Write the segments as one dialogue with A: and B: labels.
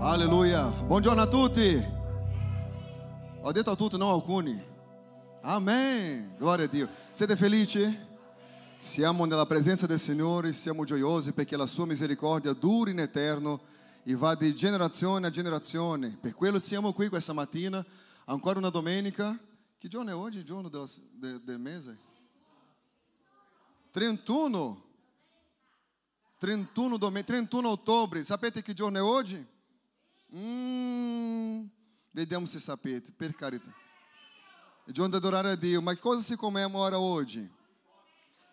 A: Alleluia. Buongiorno a tutti. Ho detto a tutti, non alcuni. Amen. Gloria a Dio. Siete felici? Siamo nella presenza del Signore, siamo gioiosi perché la sua misericordia dura in eterno e va di generazione a generazione. Per quello siamo qui questa mattina, ancora una domenica. Che giorno è oggi? Giorno della- de- del mese? 31. 31, domen- 31 ottobre. Sapete che giorno è oggi? Mm, vediamo se sapete, per carità. Il giorno da adorare a Dio. Ma che cosa si commemora oggi?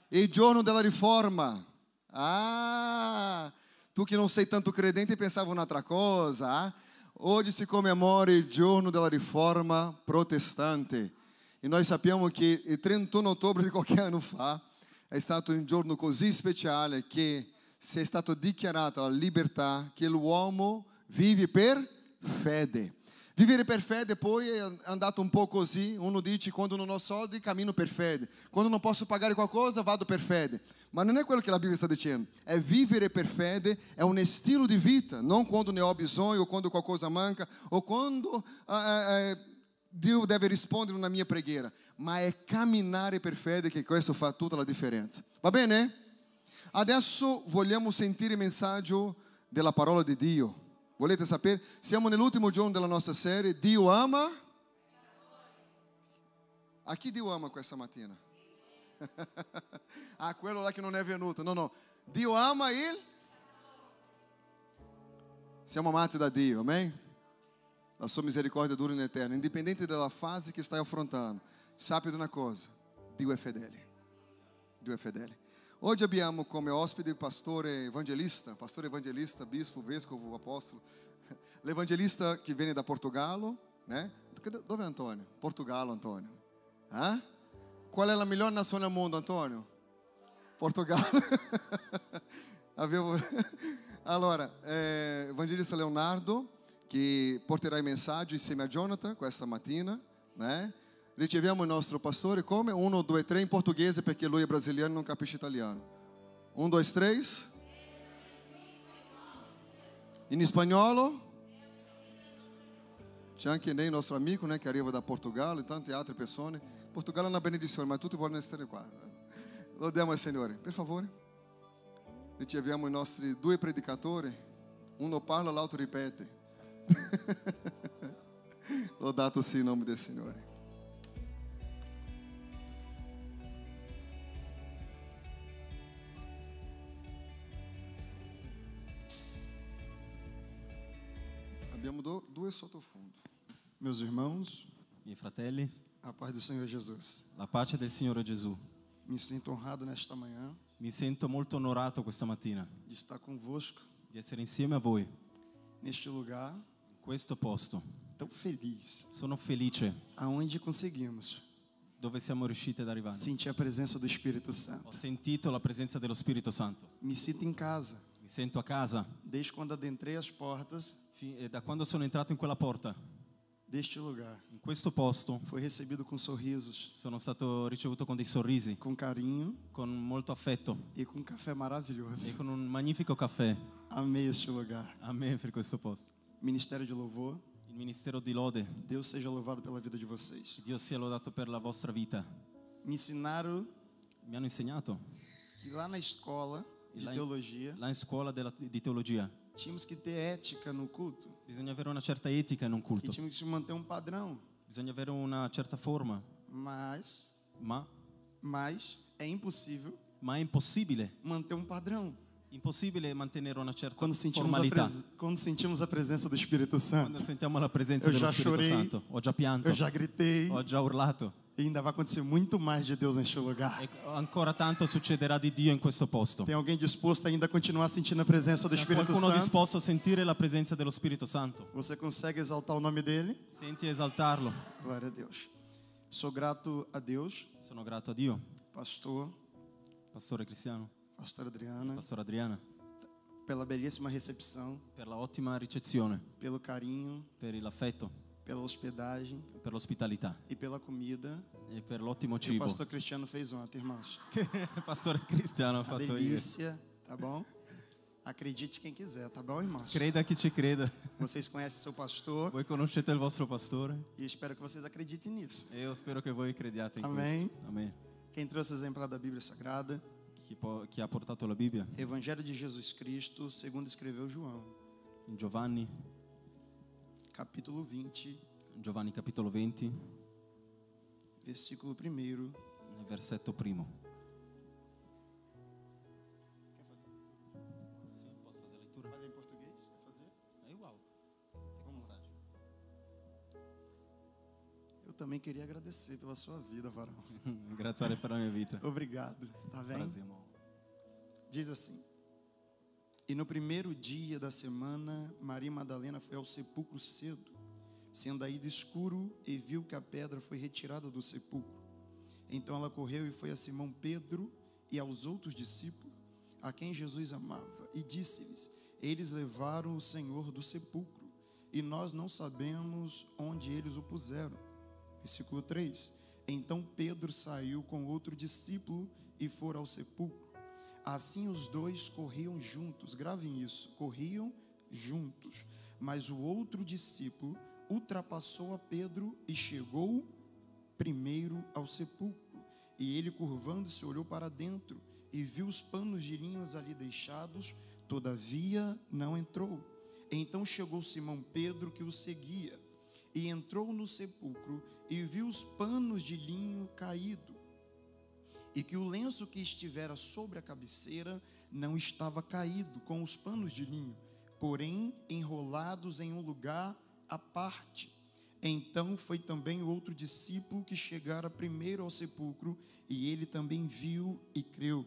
A: Il giorno della riforma. Ah, tu que não sei tanto credente e pensava noutra coisa. Ah? Hoje se comemora o giorno della riforma protestante. E nós sappiamo che il 31 ottobre di qualche anno fa è stato un giorno così speciale che si è stato dichiarato la libertà che l'uomo vive per fede. Vivere per é fede poi è andato un po' così, um assim, uno dice quando non ho soldi cammino per fede, quando non posso pagare qualcosa vado per fede, ma non è quello che la Bibbia sta dicendo, è vivere per fede, è un estilo di vita, non quando ne ho bisogno, o quando qualcosa manca, o quando eh, eh, Dio deve rispondere una mia preghiera, ma è camminare per fede che questo fa tutta la differenza. Va bene? Adesso vogliamo sentire il messaggio della parola di Dio. Volete sapere? Siamo nell'ultimo giorno della nostra serie. Dio ama? A chi Dio ama questa mattina? ah, quello là che non è venuto. No, no. Dio ama il? Siamo amati da Dio, amen? La sua misericórdia dura in eterno. Indipendente dalla fase che stai affrontando, sappi di una cosa. Dio è fedele. Dio è fedele. Oggi abbiamo come ospite il pastore é evangelista, pastore evangelista, bispo, vescovo, apostolo, l'evangelista che viene da Portogallo, né? Cadê- Dove é Antônio? Portogallo, Antônio. Hã? Qual é a melhor nação do mundo, Antônio? Portogallo. Avevo... Allora, eh, Ah, evangelista Leonardo che porterà il messaggio insieme a Jonathan questa mattina, né? Riceviamo il nostro pastore come 1, 2, 3 in portoghese perché lui è brasiliano e non capisce italiano. 1, 2, 3. In spagnolo. C'è anche Ney, nostro amico, né, che arriva da Portogallo e tante altre persone. é Portogallo è una benedizione, ma tutti vogliono essere qua. Lodiamo al Signore. Per favore, riceviamo i nostri due predicatori. Uno um parla, l'altro ripete. Lodato sia il nome del Signore. Abbiamo do- due sottofondo.
B: Meus irmãos,
C: E fratelli,
B: a paz do Senhor Jesus.
C: la pace del Signore Gesù.
B: Me sinto honrado nesta manhã
C: Mi sento molto onorato questa mattina
B: de estar convosco
C: di essere insieme a voi
B: neste lugar
C: in questo posto.
B: tão feliz,
C: Sono felice
B: aonde conseguimos
C: dove siamo riusciti ad arrivare.
B: sentir a presença do Espírito
C: Ho
B: Santo.
C: sentito la presenza dello Spirito Santo.
B: Me sinto em casa,
C: Mi sento a casa.
B: desde quando adentrei as portas
C: Fi- eh, Da quando sono entrato in quella porta,
B: deste lugar.
C: in questo posto,
B: Foi recebido com sorrisos,
C: sono stato ricevuto con dei sorrisi,
B: com carinho
C: con molto affetto
B: e com um café
C: e
B: maravilhoso.
C: con un magnifico caffè.
B: Amei este lugar.
C: A me per questo posto.
B: Ministério de Louvor,
C: Il ministero di lode.
B: Deus seja louvado pela vida de vocês.
C: Dio sia lodato per la vostra vita.
B: Me ensinaram
C: Mi hanno insegnato
B: que lá na escola
C: E
B: de
C: lá em-
B: teologia
C: lá in scuola della- di teologia.
B: Tínhamos que ter ética no culto.
C: Bisogna avere una certa etica in un
B: E
C: culto,
B: tínhamos que manter um padrão.
C: bisogna avere una certa forma,
B: Mas,
C: ma,
B: mas é impossível
C: ma è impossibile,
B: manter um padrão.
C: impossibile mantenere una certa
B: Quando sentimos, a
C: formalità.
B: pres- quando sentimos a presença do Espírito Santo,
C: Quando sentiamo la presenza
B: Eu
C: dello
B: già
C: Spirito
B: chorei.
C: Santo, ho già pianto,
B: eu já gritei.
C: ho già urlato
B: E ainda vai acontecer muito mais de Deus neste lugar.
C: e ancora tanto succederà di Dio in questo posto.
B: Tem alguém disposto ainda a continuar sentindo a presença do
C: C'è
B: Espírito
C: qualcuno
B: Santo?
C: disposto a sentire la presenza dello Spirito Santo?
B: Você consegue exaltar o nome dele?
C: Senti esaltarlo.
B: Glória a Deus. Sou grato a Deus,
C: Sono grato a Dio,
B: pastor,
C: pastore Cristiano,
B: pastor Adriana,
C: pastor Adriana,
B: pela belíssima recepção,
C: per la ottima ricezione,
B: pelo carinho,
C: per l'affetto,
B: pela hospedagem
C: per l'ospitalità
B: e pela comida
C: e per l'ottimo
B: que o
C: cibo.
B: pastor Cristiano fez ontem, irmãos.
C: Pastore Cristiano ha
B: A
C: fatto io.
B: delícia, tá bom? Acredite quem quiser, tá bom, irmãos?
C: Creda chi ci creda.
B: Vocês conhecem seu pastor
C: Voi conoscete il vostro pastore
B: e espero que vocês acreditem nisso.
C: e io spero che voi crediate in
B: Amen.
C: questo. Amen.
B: Quem trouxe o exemplar da Bíblia Sagrada,
C: Chi, po- chi ha portato la Bibbia?
B: Evangelho de Jesus Cristo, segundo escreveu João,
C: In Giovanni,
B: capítulo 20,
C: Giovanni capitolo 20, nel
B: versículo 1.
C: versetto primo.
B: Fazer em português? fazer? Eu também queria agradecer pela sua vida, varão.
C: Grazie per la mia vita.
B: Obrigado, tá vendo?
C: Prazer, irmão.
B: Diz assim: E no primeiro dia da semana, Maria Madalena foi ao sepulcro cedo, sendo ainda escuro, e viu que a pedra foi retirada do sepulcro. Então ela correu e foi a Simão Pedro e aos outros discípulos, a quem Jesus amava, e disse-lhes: Eles levaram o Senhor do sepulcro, e nós não sabemos onde eles o puseram. Versículo 3: Então Pedro saiu com outro discípulo e foram ao sepulcro. Assim os dois corriam juntos, gravem isso: corriam juntos. Mas o outro discípulo ultrapassou a Pedro e chegou primeiro ao sepulcro. E ele, curvando-se, olhou para dentro e viu os panos de linhas ali deixados, todavia não entrou. Então chegou Simão Pedro, que o seguia, e entrou no sepulcro e viu os panos de linho caído, e que o lenço que estivera sobre a cabeceira não estava caído com os panos de linho, porém enrolados em um lugar à parte. Então foi também o outro discípulo que chegara primeiro ao sepulcro, e ele também viu e creu.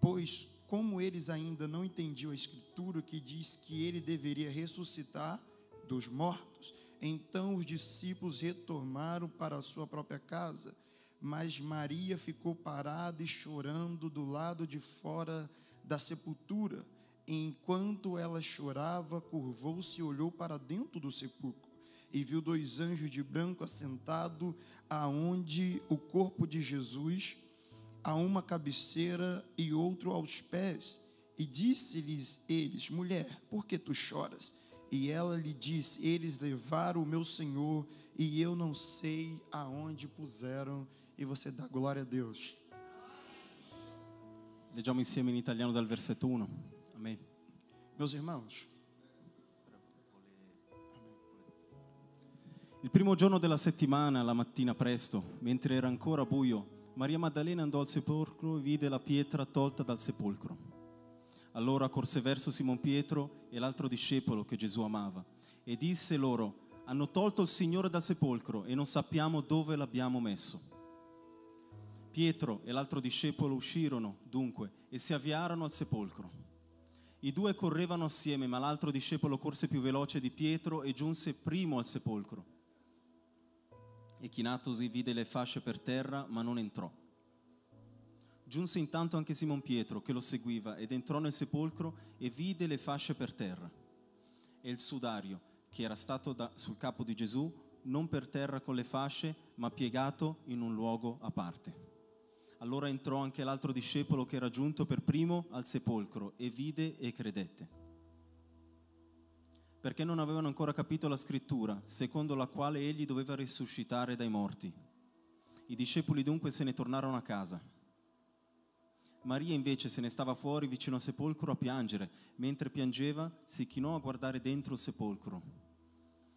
B: Pois, como eles ainda não entendiam a Escritura que diz que ele deveria ressuscitar dos mortos, então os discípulos retornaram para a sua própria casa. Mas Maria ficou parada e chorando do lado de fora da sepultura. Enquanto ela chorava, curvou-se e olhou para dentro do sepulcro e viu dois anjos de branco assentado aonde o corpo de Jesus, a uma cabeceira e outro aos pés. E disse-lhes eles: Mulher, por que tu choras? E ela lhe disse: Eles levaram o meu Senhor e eu não sei aonde puseram. E você dá glória a Deus.
C: Leggiamo insieme in italiano dal versetto 1. Amen.
B: Meus irmãos,
C: Il primo giorno della settimana, la mattina presto, mentre era ancora buio, Maria Maddalena andò al sepolcro e vide la pietra tolta dal sepolcro. Allora corse verso Simon Pietro e l'altro discepolo che Gesù amava e disse loro, hanno tolto il Signore dal sepolcro e non sappiamo dove l'abbiamo messo. Pietro e l'altro discepolo uscirono dunque e si avviarono al sepolcro. I due correvano assieme, ma l'altro discepolo corse più veloce di Pietro e giunse primo al sepolcro. E chinatosi vide le fasce per terra, ma non entrò. Giunse intanto anche Simon Pietro, che lo seguiva, ed entrò nel sepolcro e vide le fasce per terra. E il sudario, che era stato da- sul capo di Gesù, non per terra con le fasce, ma piegato in un luogo a parte. Allora entrò anche l'altro discepolo che era giunto per primo al sepolcro e vide e credette. Perché non avevano ancora capito la scrittura, secondo la quale egli doveva risuscitare dai morti. I discepoli dunque se ne tornarono a casa. Maria invece se ne stava fuori vicino al sepolcro a piangere. Mentre piangeva si chinò a guardare dentro il sepolcro.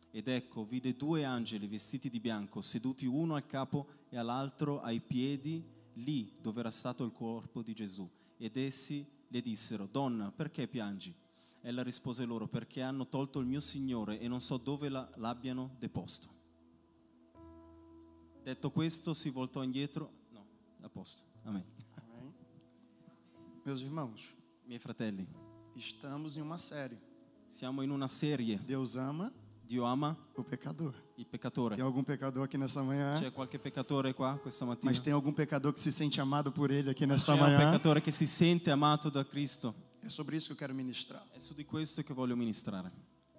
C: Ed ecco, vide due angeli vestiti di bianco, seduti uno al capo e all'altro ai piedi, lì dove era stato il corpo di Gesù. Ed essi le dissero, Donna, perché piangi? Ella rispose loro, perché hanno tolto il mio Signore e non so dove la- l'abbiano deposto. Detto questo, si voltò indietro. No, a posto. Amen.
B: amém. Meus irmãos,
C: Miei fratelli,
B: estamos em uma série.
C: siamo in una serie.
B: Deus ama
C: Dio ama
B: o pecador.
C: il
B: Tem
C: peccatore.
B: algum pecador aqui nessa manhã?
C: C'è qualche peccatore qua questa mattina?
B: Mas tem algum pecador que se sente amado por ele aqui
C: C'è
B: nesta
C: un
B: manhã?
C: peccatore che si sente amato da Cristo.
B: É sobre isso que eu quero ministrar.
C: È su di questo che voglio ministrare.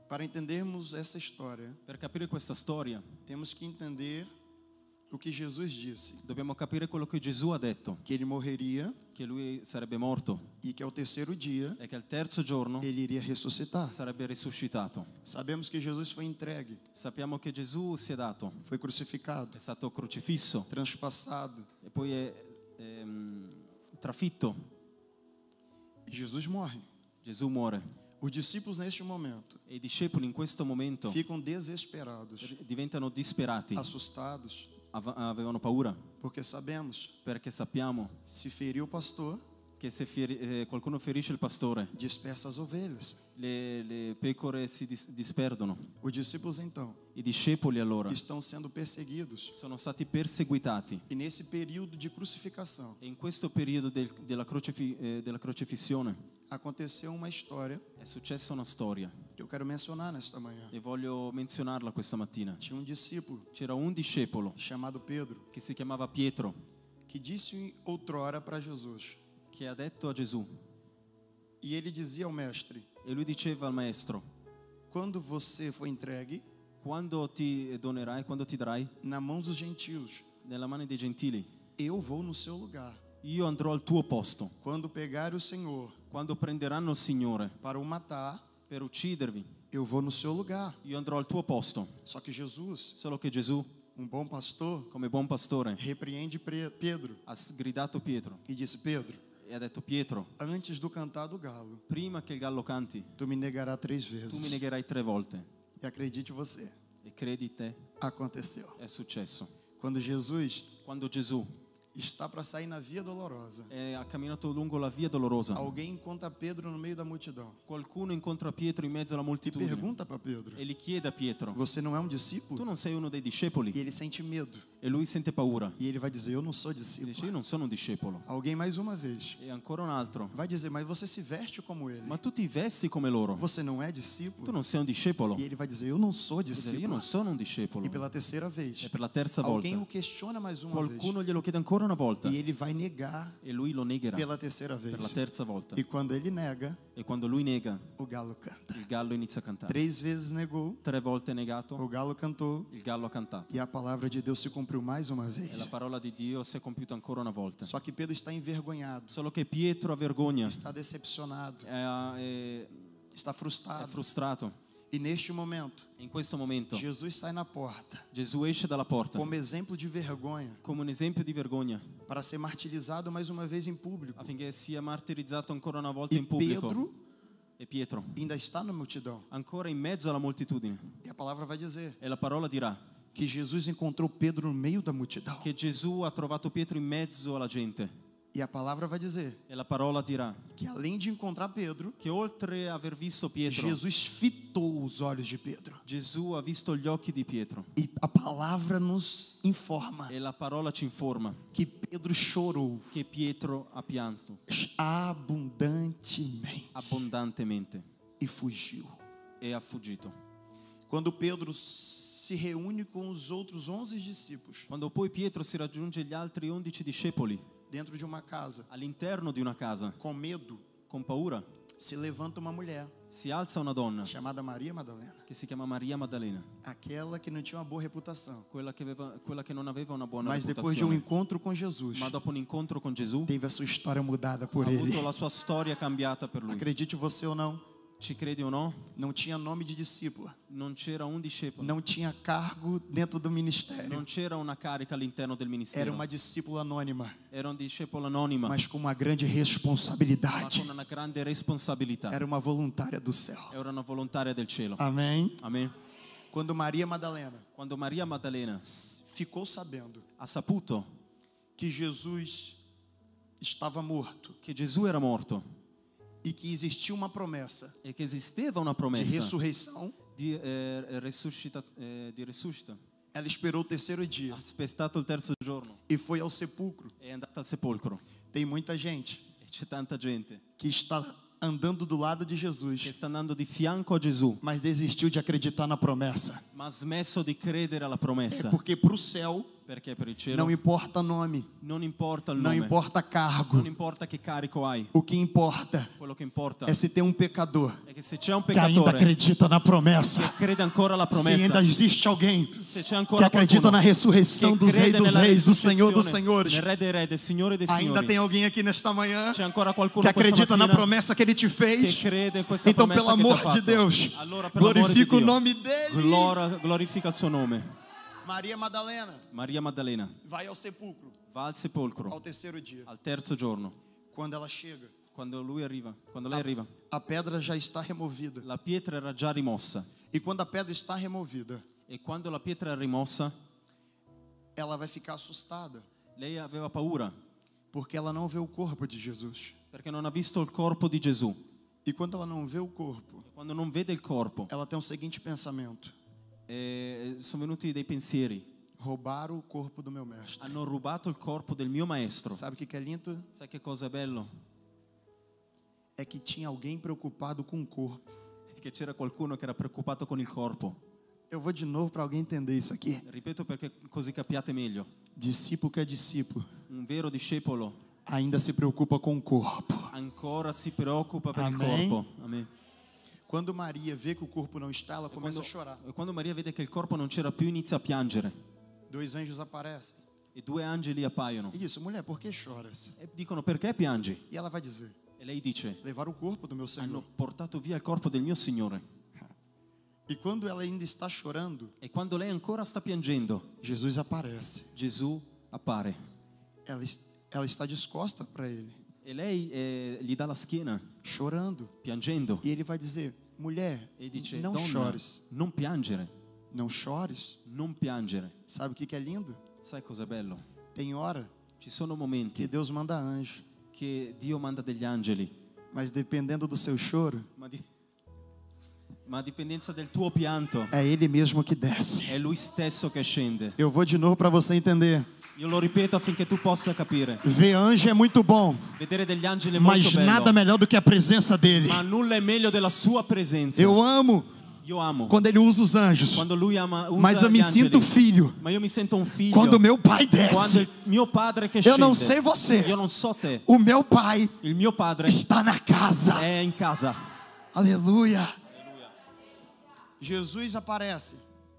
B: Para entendermos essa história,
C: Per capire questa storia
B: temos que entender o que Jesus disse,
C: Dobbiamo capire quello che Gesù ha detto,
B: que ele morreria
C: che lui sarebbe morto
B: e que ao terceiro dia
C: e che al terzo giorno
B: ele iria ressuscitar.
C: sarebbe risuscitato.
B: Sabemos que Jesus foi entregue,
C: Sappiamo che Gesù si è dato,
B: foi crucificado,
C: è stato crocifisso
B: transpassado,
C: e poi è ehm, trafitto.
B: e Jesus morre.
C: Gesù muore
B: Os discípulos neste momento
C: e i discepoli in questo momento
B: ficam desesperados,
C: diventano disperati,
B: assustados,
C: av- avevano paura
B: porque sabemos,
C: perché sappiamo
B: se ferir o pastor,
C: che se fieri- eh, qualcuno ferisce il pastore
B: dispersa as ovelhas.
C: le, le pecore si dis- disperdono.
B: Os discípulos então
C: I discepoli allora
B: estão sendo perseguidos
C: sono stati perseguitati
B: e nesse período de crucificação
C: e in questo periodo del- della, crocefi- eh, della crocifissione
B: aconteceu uma história
C: è successa una storia
B: que eu quero mencionar nesta manhã.
C: e voglio menzionarla questa mattina.
B: Tinha um discípulo
C: C'era un discepolo
B: chamado Pedro
C: che si chiamava Pietro
B: que disse outrora para Jesus
C: che ha detto a Gesù
B: e ele dizia ao mestre:
C: e lui diceva al maestro
B: quando você for entregue
C: quando ti donerai, quando ti darai
B: na mão dos gentios,
C: nella mano dei gentili,
B: eu vou no seu lugar.
C: io andrò al tuo posto.
B: Quando pegar o Senhor
C: Quando prenderanno il Signore
B: para o matar,
C: per uccidervi,
B: eu vou no seu lugar.
C: io andrò al tuo posto.
B: Só que Jesus,
C: Solo che Gesù,
B: um bom pastor,
C: come buon pastore,
B: repreende Pre- Pedro
C: ha gridato Pietro
B: e disse: Pedro,
C: e ha detto Pietro,
B: antes do cantar do galo,
C: prima che il gallo canti,
B: tu me negará três
C: tu mi
B: vezes.
C: negherai tre volte.
B: E acredite você,
C: E credi te,
B: aconteceu.
C: è successo.
B: Quando Jesus
C: Quando Gesù
B: está para sair na via dolorosa,
C: eh, ha camminato lungo la via dolorosa,
B: alguém encontra Pedro no meio da multidão
C: qualcuno incontra Pietro in mezzo alla
B: e
C: moltitudine
B: pergunta para Pedro:
C: e gli chiede a Pietro,
B: Você não é um
C: tu
B: discípulo?
C: non sei uno dei discepoli?
B: E ele sente medo.
C: E lui sente paura.
B: E ele vai dizer: Eu não sou
C: Dice, io
B: discípulo.
C: non sono un discepolo.
B: Alguém mais uma vez
C: E ancora un altro.
B: vai dizer: Mas você se veste como ele?
C: Ma tu ti vesti come loro.
B: Você não é
C: Tu
B: discípulo?
C: non sei un discepolo.
B: E ele vai dizer: Eu não sou
C: Dice, Io
B: discípulo.
C: non sono un discepolo.
B: E pela terceira
C: E
B: vez,
C: per la terza
B: alguém o
C: volta.
B: questiona mais uma vez.
C: Qualcuno glielo chiede ancora una volta.
B: E ele vai negar
C: E lui lo negherà
B: tá? pela terceira
C: per la
B: vez.
C: terza volta.
B: E quando ele nega,
C: E quando lui nega,
B: o galo canta.
C: il gallo inizia a cantare.
B: Três vezes negou,
C: Tre volte negato,
B: o galo cantou.
C: il gallo ha cantato.
B: E a palavra de Deus se cumpriu mais uma
C: E la
B: vez.
C: parola di Dio si è compiuta ancora una volta.
B: Só que Pedro está envergonhado,
C: Solo che Pietro ha vergogna,
B: está decepcionado,
C: è, è-
B: está
C: è
B: frustrado.
C: frustrato.
B: E neste momento,
C: In questo momento
B: Jesus sai na porta
C: Gesù esce dalla porta
B: como exemplo de vergonha
C: come un esempio di vergogna
B: para ser martirizado mais uma vez em público.
C: affinché sia martirizzato ancora una volta
B: E
C: in pubblico.
B: Pedro
C: e Pietro,
B: ainda está na multidão.
C: ancora in mezzo alla moltitudine.
B: E a palavra vai dizer
C: E la parola dirà
B: que Jesus encontrou Pedro no meio da multidão.
C: che Gesù ha trovato Pietro in mezzo alla gente.
B: E a palavra vai dizer
C: E la parola dirà
B: que além de encontrar Pedro,
C: che oltre a aver visto Pietro,
B: Jesus fitou os olhos de Pedro.
C: Gesù ha visto gli occhi di Pietro.
B: E a palavra nos informa
C: E la parola ci informa
B: que Pedro chorou
C: che Pietro ha pianto
B: abundantemente
C: abbondantemente
B: e fugiu.
C: e ha fuggito.
B: Quando Pedro se reúne com os outros onze discípulos
C: Quando poi Pietro si raggiunge gli altri undici discepoli
B: dentro de uma casa,
C: all'interno di una casa,
B: com medo,
C: con paura,
B: se levanta uma mulher
C: si alza una donna
B: chamada Maria Madalena,
C: che si chiama Maria Maddalena,
B: aquela que não tinha uma boa reputação.
C: quella che, aveva, quella che non aveva una buona
B: Mas depois de um
C: reputazione,
B: encontro com Jesus,
C: ma dopo un incontro con Gesù
B: teve a sua história mudada por
C: ha
B: ele.
C: avuto la sua storia cambiata per lui.
B: Acredite você ou não,
C: Ci credi o no?
B: não tinha nome de discípula,
C: Non c'era un discepolo,
B: não tinha cargo dentro do ministério.
C: non c'era una carica all'interno del
B: Era
C: ministero,
B: uma discípula anônima,
C: era un discepolo anonima, ma
B: mas com uma grande
C: con
B: responsabilidade.
C: una grande responsabilità.
B: Era uma voluntária do céu.
C: Era una volontaria del cielo.
B: Amém?
C: Amen.
B: Quando Maria Madalena
C: Quando Maria Maddalena
B: ficou sabendo
C: ha saputo
B: que Jesus estava morto
C: che Gesù era morto
B: e que existia uma promessa
C: e che esisteva una
B: de
C: promessa
B: ressurreição,
C: di, eh, resuscita, eh, di resuscita,
B: ela esperou o terceiro dia
C: ha aspettato il terzo giorno
B: e foi ao sepulcro.
C: è andata al sepolcro
B: Tem muita gente
C: e c'è tanta gente
B: que está andando do lado de
C: che
B: Jesus,
C: sta andando di fianco a Gesù,
B: mas desistiu de acreditar na promessa.
C: ma ha smesso di credere alla
B: É
C: promessa.
B: porque para o céu
C: perché per il cielo
B: Não importa nome,
C: non importa il
B: não né?
C: nome,
B: importa
C: non
B: cargo.
C: importa che carico hai,
B: O que importa
C: quello che importa
B: é se tem um pecador é.
C: è che se c'è un
B: que ainda
C: peccatore
B: acredita na promessa.
C: crede ancora alla
B: Se ainda
C: promessa,
B: existe alguém
C: se c'è
B: que
C: ancora
B: acredita na
C: qualcuno
B: ressurreição
C: che
B: dos reis
C: crede né?
B: dos
C: nella
B: reis, do Senhor dos
C: risurrezione,
B: senhores,
C: nel re dei re, del Signore dei
B: ainda
C: Signori,
B: tem um alguém aqui nesta manhã
C: c'è ancora
B: que
C: qualcuno questa
B: acredita na
C: mattina
B: promessa que ele te
C: che
B: fez.
C: crede in questa
B: Então, pelo
C: promessa é che
B: amor
C: ti ha
B: de
C: fatto.
B: Deus,
C: allora, per l'amore di
B: glorifica o
C: Dio,
B: nome dele.
C: glora- glorifica il suo nome.
B: Maria Madalena
C: Maria Maddalena
B: vai ao sepulcro
C: va al
B: ao
C: sepolcro
B: terceiro dia.
C: al terzo giorno.
B: Quando ela chega,
C: Quando lui arriva, quando lei arriva,
B: a pedra já está removida.
C: la pietra era già rimossa.
B: E quando a pedra está removida,
C: E quando la pietra era rimossa,
B: ela vai ficar assustada,
C: lei aveva paura
B: porque ela não vê o corpo de Jesus.
C: perché non ha visto il corpo di Gesù.
B: E quando ela não vê o corpo,
C: Quando non vede il corpo,
B: ela tem o seguinte pensamento:
C: eh, sono venuti dei pensieri.
B: roubaram o corpo do meu mestre.
C: Hanno rubato il corpo del mio maestro.
B: Sabe o que que é lindo?
C: Sai che cosa è bello?
B: É que tinha alguém preocupado com o corpo.
C: È Che c'era qualcuno che era preoccupato con il corpo.
B: Eu vou de novo para alguém entender isso aqui.
C: Ripeto perché così capiate meglio.
B: Discípulo que é discípulo
C: Un vero discepolo
B: ainda se preocupa com o corpo.
C: ancora si preoccupa per
B: Amen.
C: il corpo. Amen.
B: Quando Maria vê que o corpo não está, ela começa a chorar.
C: E quando Maria vede che il corpo non c'era più, inizia a piangere.
B: Dois anjos aparecem.
C: E due angeli appaiono
B: Isso, mulher, por que choras?
C: e dicono perché piangi?
B: E ela vai dizer:
C: E lei dice,
B: levaram o corpo do meu
C: hanno
B: Senhor.
C: portato via il corpo del mio Signore.
B: E quando ela ainda está chorando,
C: E quando lei ancora sta piangendo,
B: Jesus aparece.
C: Gesù appare.
B: Ela, es- ela está descosta para ele,
C: E lei eh, gli dà la schiena,
B: chorando.
C: piangendo.
B: E ele vai dizer: mulher,
C: E dice,
B: não
C: donna,
B: chores.
C: non piangere,
B: Não chores.
C: non piangere.
B: Sabe o que que é lindo?
C: Sai cos'è bello?
B: Tem hora
C: Ci sono
B: que
C: momenti
B: Deus manda anjo,
C: che Dio manda degli angeli,
B: mas dependendo do seu choro,
C: ma, di- ma a dipendenza del tuo pianto
B: é Ele mesmo que desce.
C: è Lui stesso che scende.
B: Eu vou de novo para você entender.
C: Io lo ripeto affinché tu possa capire.
B: Ver anjo é muito bom,
C: Vedere degli angeli è molto
B: mas
C: bello,
B: nada melhor do que a presença dele.
C: ma nulla è meglio della sua presenza.
B: Eu amo
C: Io amo
B: quando ele usa os anjos,
C: quando lui ama usa
B: mas eu
C: gli
B: me
C: angeli.
B: sinto filho
C: Ma io mi sento un figlio
B: quando meu pai
C: quando
B: desce.
C: il mio padre che
B: Eu
C: scende.
B: não sei você.
C: Io non so te.
B: O meu pai
C: Il mio padre
B: está na casa.
C: è in casa.
B: Aleluia. Jesus aparece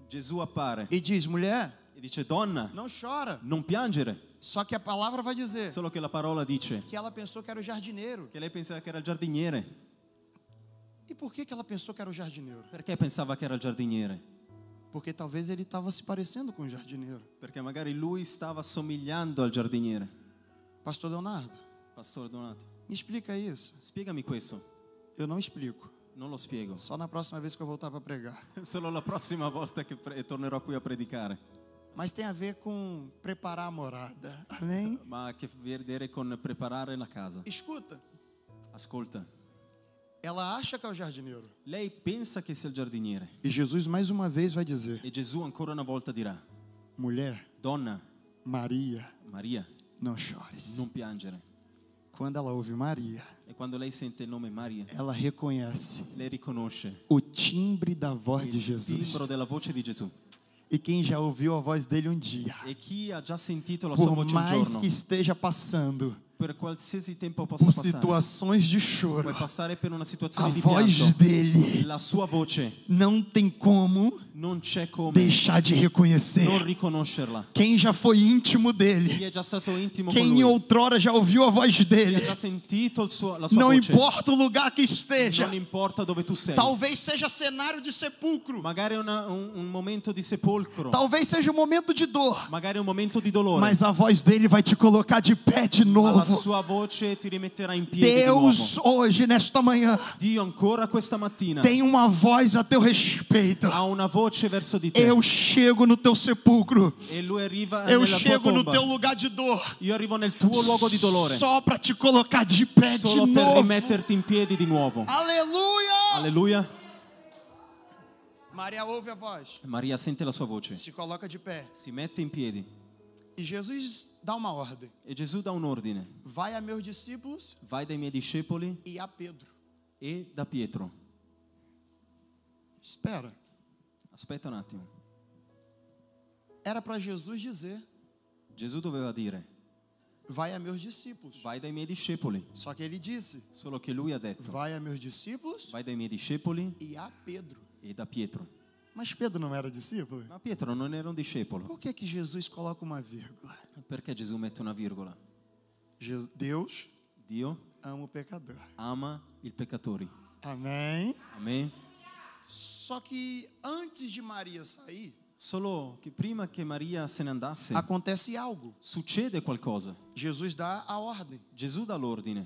C: Gesù appare
B: e diz: mulher,
C: e dice donna,
B: não chora.
C: non piangere.
B: Só que a palavra vai dizer
C: Solo che la parola dice
B: que ela pensou que era o jardineiro.
C: che lei pensava che era il giardiniere.
B: E por que, que ela pensou que era o jardineiro?
C: Perché pensava che era il giardiniere?
B: Porque talvez ele estava se parecendo com o jardineiro.
C: Perché magari lui stava somigliando al giardiniere.
B: Pastor Leonardo,
C: Pastore Donato,
B: me explica isso.
C: spiegami questo.
B: Eu não explico.
C: Non lo spiego.
B: Só na próxima vez que eu voltar para pregar.
C: Solo la prossima volta che pre- tornerò qui a predicare.
B: Mas tem a ver com preparar a morada. Amém?
C: Ma ha a che vedere con preparare la casa.
B: Escuta,
C: Ascolta,
B: ela acha que é o jardineiro.
C: lei pensa che sia il giardiniere.
B: E Jesus mais uma vez vai dizer:
C: E Gesù ancora una volta dirà,
B: mulher,
C: donna,
B: Maria,
C: Maria,
B: não chores.
C: non piangere.
B: Quando ela ouve Maria,
C: E quando lei sente il nome Maria,
B: ela reconhece
C: lei riconosce
B: o timbre da voz de
C: il
B: Jesus.
C: timbro della voce di Gesù.
B: E quem já ouviu a voz dele um dia,
C: E chi ha già sentito la sua
B: por
C: voce un
B: mais
C: giorno,
B: que esteja passando
C: per qualsiasi tempo possa
B: por
C: passare,
B: situações de choro,
C: puoi passare per una situazione
B: a
C: di
B: voz
C: pianto.
B: dele
C: La sua voce
B: não tem como
C: non c'è come
B: deixar de
C: non
B: reconhecer.
C: riconoscerla.
B: Quem já foi íntimo
C: Chi
B: dele,
C: è già stato intimo con
B: quem
C: lui,
B: outrora já ouviu a voz
C: chi
B: dele,
C: ha già sentito il suo- la sua
B: não
C: voce,
B: importa cioè, o lugar que esteja,
C: non importa dove tu sei.
B: talvez seja cenário de sepulcro,
C: Magari è una- un, un momento di sepolcro,
B: talvez seja um momento de dor,
C: magari è un momento di dolore,
B: mas a voz dele vai te colocar de pé de
C: ma la
B: novo.
C: sua voce ti rimetterà in piedi di nuovo.
B: Deus hoje, nesta manhã,
C: Dio ancora questa mattina
B: tem uma voz a teu respeito.
C: ha una voce verso di te
B: Eu chego no teu sepulcro.
C: e lui arriva
B: Eu
C: nella tua
B: chego no
C: tomba.
B: teu lugar de dor.
C: Io arrivo nel tuo luogo di dolore
B: Só para te colocar de pé de
C: solo per
B: novo.
C: rimetterti in piedi di nuovo.
B: Aleluia!
C: Alleluia.
B: Maria ouve a voz,
C: Maria sente la sua voce,
B: se coloca de pé.
C: si mette in piedi
B: E Jesus dá uma ordem:
C: e Gesù dà un ordine.
B: vai a meus discípulos
C: Vai dai miei discepoli
B: e a Pedro.
C: e da Pietro.
B: Espera,
C: Aspetta un attimo.
B: era para Jesus dizer:
C: Gesù doveva dire,
B: Vai a meus discípulos.
C: vai dai miei discepoli.
B: Só que ele disse:
C: Solo che lui ha detto,
B: Vai a meus discípulos
C: vai dai miei discepoli
B: e a Pedro.
C: e da Pietro.
B: Mas Pedro não era discípulo?
C: Ma Pietro non era un discepolo.
B: Por que que Jesus coloca uma vírgula?
C: Perché Gesù mette una virgola?
B: Jesus- Deus
C: Dio
B: ama o pecador.
C: ama i peccatori.
B: Amém?
C: Amen.
B: Só que antes de Maria sair,
C: Solo che prima che Maria se ne andasse,
B: acontece algo.
C: succede qualcosa.
B: Jesus dá a ordem
C: Gesù dà l'ordine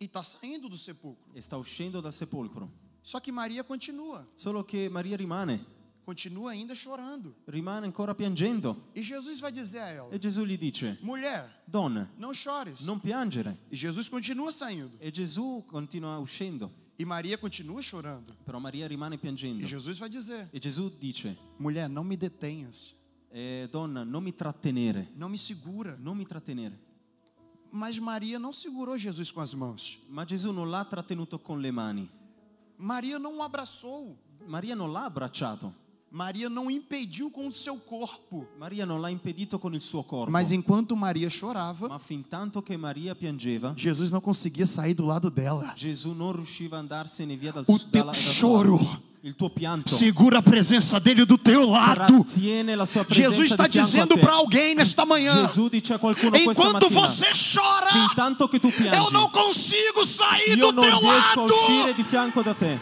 B: e está saindo do sepulcro.
C: e sta uscendo dal sepolcro.
B: Só que Maria continua,
C: Solo che Maria rimane,
B: continua ainda chorando.
C: rimane ancora piangendo.
B: E Jesus vai dizer a ela:
C: E Gesù gli dice,
B: Mulher,
C: donna,
B: não chores.
C: non piangere.
B: E Jesus continua saindo.
C: E Gesù continua uscendo,
B: E Maria continua chorando.
C: però Maria rimane piangendo.
B: E Jesus vai dizer:
C: E Gesù dice,
B: Mulher, não me detenhas.
C: eh, donna, non mi trattenere,
B: Não me segura.
C: non mi trattenere.
B: Mas Maria não segurou Jesus com as mãos.
C: Ma Gesù non l'ha trattenuto con le mani.
B: Maria não o abraçou.
C: Maria non l'ha abbracciato.
B: Maria não o impediu com o seu corpo.
C: Maria non l'ha impedito con il suo corpo.
B: Mas enquanto Maria chorava,
C: Ma fin tanto che Maria piangeva,
B: Jesus não conseguia sair do lado dela.
C: Gesù non riusciva ad andarsene via dal
B: O teu
C: dalla- dalla sua-
B: choro
C: Il tuo pianto
B: Então, segura a presença dele do teu lado.
C: trattiene la sua presenza
B: Jesus está
C: di fianco a
B: dizendo
C: te.
B: para alguém nesta manhã:
C: Gesù dice a tá qualcuno questa
B: enquanto
C: mattina,
B: você chora,
C: fin tanto che tu piangi,
B: eu não consigo sair do
C: io non
B: teu
C: riesco a
B: lado.
C: uscire di fianco da te.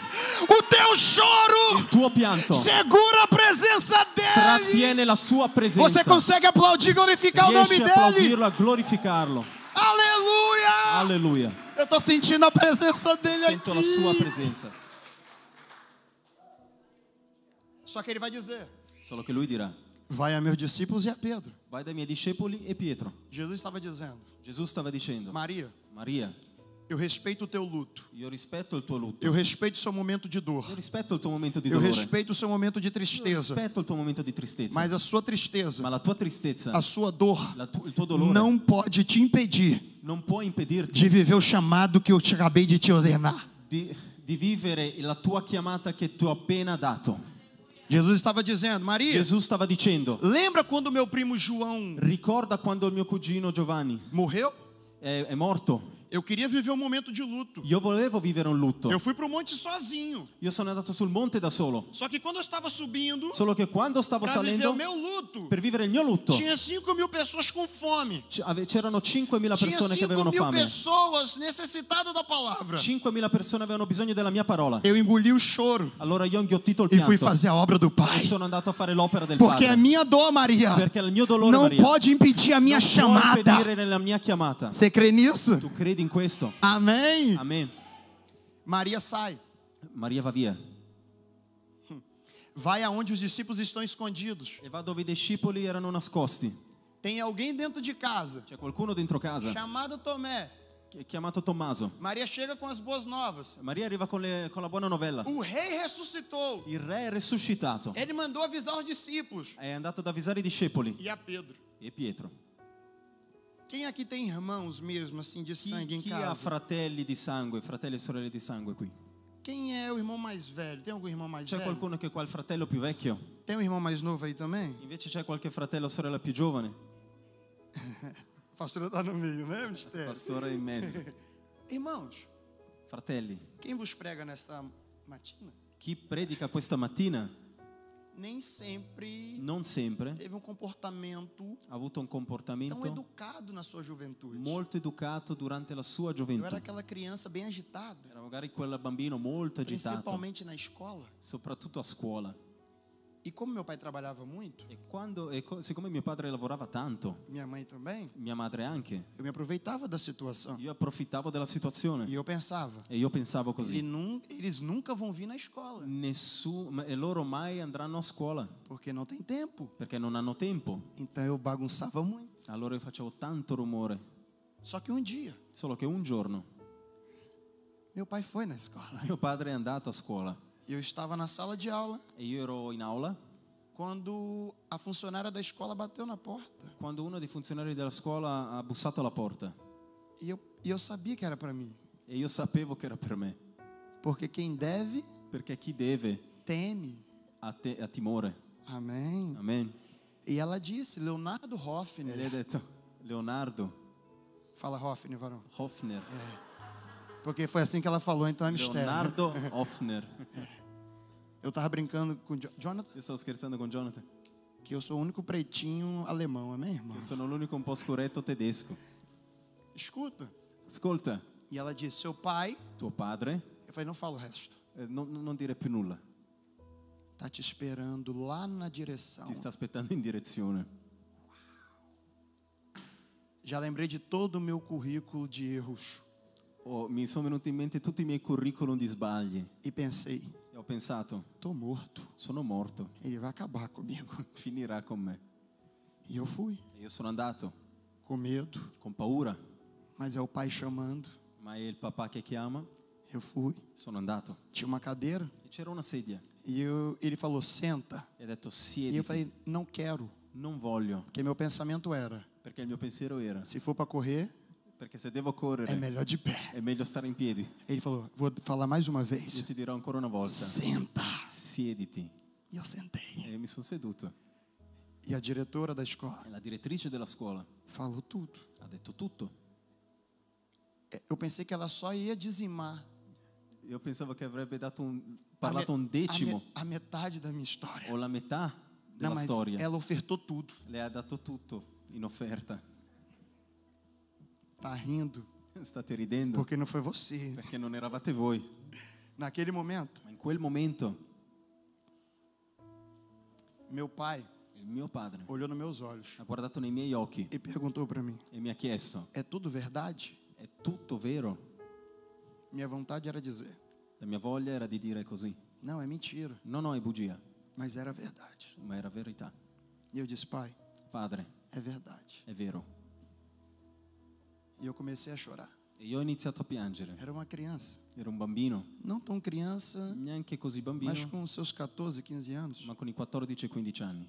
B: O teu choro
C: Il tuo pianto
B: segura a presença dele.
C: trattiene la sua presenza.
B: Você consegue aplaudir, glorificar
C: Riesci
B: o
C: a
B: nome dele?
C: applaudirlo, a glorificarlo.
B: Aleluia!
C: Alleluia.
B: Eu tô sentindo a presença dele
C: Sento la sua
B: aqui.
C: presenza.
B: Só que ele vai dizer:
C: Solo che lui dirà,
B: Vai a meus discípulos e a Pedro.
C: vai dai miei discepoli e Pietro.
B: Jesus estava dizendo:
C: Gesù stava dicendo,
B: Maria,
C: Maria,
B: eu respeito o teu luto.
C: io rispetto il tuo lutto,
B: Eu respeito o seu momento de dor.
C: io rispetto il tuo momento di
B: Eu
C: dolore,
B: respeito o seu momento de
C: io
B: tristeza.
C: rispetto il tuo momento di tristezza,
B: Mas a sua
C: ma
B: tristeza,
C: la tua tristezza,
B: a sua dor, é
C: la tu- il tuo dolore non,
B: não pode te impedir
C: può impedirti
B: de viver o chamado que eu te acabei de te ordenar.
C: di, di vivere la tua chiamata che tu ho appena dato.
B: Jesus estava dizendo: Maria,
C: Gesù stava dicendo,
B: lembra quando meu primo João
C: ricorda quando il mio cugino Giovanni
B: morreu?
C: è, è morto,
B: Eu queria viver um momento de luto.
C: io volevo vivere un lutto,
B: Eu fui pro monte sozinho.
C: io sono andato sul monte da solo,
B: Só que quando eu estava subindo
C: solo che quando stavo
B: para viver o
C: salendo
B: meu luto,
C: per vivere il mio lutto
B: tinha 5 mil pessoas com fome.
C: c- ave- c'erano 5.000
B: Tinha
C: persone che
B: 5
C: avevano
B: mil
C: fame.
B: pessoas necessitadas da palavra.
C: 5.000 persone avevano bisogno della mia parola.
B: Eu engoli o choro
C: Allora io ho inghiottito il
B: e fui
C: pianto
B: fazer a obra do
C: e
B: Pai.
C: sono andato a fare l'opera del
B: Porque a
C: Padre.
B: minha dor, Maria,
C: Perché il mio dolore,
B: não
C: Maria,
B: pode impedir a minha
C: non può
B: chamada.
C: impedire nella mia chiamata.
B: Você crê nisso?
C: Tu credi in questo?
B: Amém?
C: Amen.
B: Maria sai.
C: Maria va via
B: Vai aonde os discípulos estão escondidos.
C: e va dove i discepoli erano nascosti.
B: Tem alguém dentro de casa,
C: C'è qualcuno dentro casa
B: chamado Tomé.
C: che è chiamato Tommaso.
B: Maria chega com as boas novas.
C: Maria arriva con, le- con la buona novella.
B: O rei ressuscitou.
C: Il re è risuscitato.
B: Ele mandou avisar os discípulos
C: È andato ad avvisare i discepoli
B: e a Pedro.
C: e Pietro.
B: Quem aqui tem irmãos mesmo, assim, de sangue
C: Chi,
B: em
C: chi ha
B: casa?
C: fratelli di sangue, fratelli e sorelle di sangue qui?
B: Quem é o irmão mais velho? Tem algum irmão mais
C: C'è
B: velho?
C: qualcuno che qua è il fratello più vecchio?
B: Tem um irmão mais novo aí também?
C: Invece c'è qualche fratello o sorella più giovane?
B: A pastora tá no meio, né, mistério?
C: Pastore in mezzo.
B: Irmãos,
C: Fratelli,
B: quem vos prega nesta matina
C: chi predica questa mattina
B: nem sempre
C: non sempre
B: teve um comportamento
C: ha avuto
B: tão
C: un comportamento
B: educado na sua juventude.
C: molto educato durante la
B: Eu
C: sua
B: era
C: gioventù.
B: aquela criança bem agitada,
C: Era magari quel bambino molto agitato,
B: principalmente na escola.
C: soprattutto a scuola.
B: E como meu pai trabalhava muito,
C: E, quando, e co- siccome mio padre lavorava tanto,
B: minha mãe também,
C: mia madre anche,
B: eu me aproveitava da situação.
C: io approfittavo della situazione
B: E eu pensava,
C: e io pensavo
B: ele
C: così.
B: nun- eles nunca vão vir na escola,
C: Nessuno, ma- e loro mai andranno a scuola
B: porque não tem tempo.
C: perché non hanno tempo.
B: Então eu bagunçava muito.
C: Allora io facevo tanto rumore.
B: Só que um dia,
C: Solo che un giorno
B: meu pai foi na escola.
C: mio padre è andato a scuola
B: E Eu estava na sala de aula
C: e io ero in aula
B: quando a funcionária da escola bateu na porta.
C: quando uno dei funzionari della scuola ha bussato alla porta
B: E eu, e eu sabia que era para mim.
C: e io sapevo che era per me,
B: Porque quem deve,
C: perché chi deve
B: teme.
C: ha, te- ha timore.
B: Amém.
C: Amen.
B: E ela disse, Leonardo
C: E lei ha
B: Hoffner.
C: detto, Leonardo,
B: Fala Hoffner, varão.
C: Hoffner,
B: Porque foi assim que ela falou, então é mistério. né?
C: Leonardo Hoffner.
B: Eu tava brincando com o Jo- Jonathan,
C: Io stavo scherzando con Jonathan,
B: que eu sou o único pretinho alemão, amém, irmão?
C: che sono l'unico un po' scorretto tedesco.
B: Escuta.
C: Ascolta,
B: E ela disse, seu pai...
C: tuo padre,
B: Eu falei, não fala o resto.
C: eh, non, non dire più nulla,
B: Tá te esperando lá na direção.
C: ti sta aspettando in direzione.
B: Já lembrei de todo o meu currículo de erros.
C: Oh, mi sono venuti in mente tutti i miei curriculum di sbagli
B: E pensei,
C: e ho pensato,
B: tô morto.
C: sono morto,
B: Ele vai acabar comigo.
C: finirà con me.
B: E eu fui,
C: E io sono andato
B: com medo,
C: con paura,
B: mas é o pai chamando.
C: ma è il papà che chiama,
B: Eu fui.
C: sono andato.
B: Tinha uma cadeira
C: E c'era una sedia
B: e eu, ele falou, senta.
C: e ha
B: E
C: detto
B: eu
C: siediti,
B: falei, não quero.
C: non voglio,
B: Porque meu pensamento era,
C: perché il mio pensiero era,
B: se for para correr,
C: perché se devo
B: é
C: correre
B: melhor de pé.
C: è meglio stare in piedi.
B: Ele falou, vou falar mais uma
C: Io
B: vez.
C: ti dirò ancora una volta,
B: Senta.
C: siediti.
B: E eu sentei.
C: E mi sono seduto.
B: E a diretora da escola
C: E la direttrice della scuola
B: falou tudo.
C: ha detto tutto.
B: É, Eu pensei que ela só ia dizimar
C: Io pensavo che avrebbe dato un,
B: a me-
C: parlato un
B: a,
C: decimo
B: me- a metade da minha história.
C: o la metà
B: Não,
C: della
B: mas
C: storia.
B: ela ofertou tudo.
C: Le ha dato tutto in offerta.
B: Tá rindo,
C: State ridendo
B: porque não foi você.
C: perché non eravate voi.
B: Naquele momento,
C: Ma in quel momento
B: meu pai
C: il mio padre
B: olhou nos meus olhos
C: ha guardato nei miei occhi
B: e perguntou para mim:
C: e mi ha chiesto,
B: É tudo verdade?
C: è tutto vero?
B: Minha vontade era dizer:
C: La mia voglia era di dire così.
B: Não, é mentira,
C: No, no, è bugia,
B: mas era verdade.
C: ma era verità.
B: E eu disse: Pai,
C: Padre,
B: é verdade.
C: è vero.
B: E eu comecei a chorar.
C: E io ho iniziato a piangere.
B: Era uma criança,
C: Ero un bambino,
B: não tão criança,
C: neanche così
B: mas
C: bambino,
B: com seus 14, 15 anos.
C: ma con i 14 e 15 anni.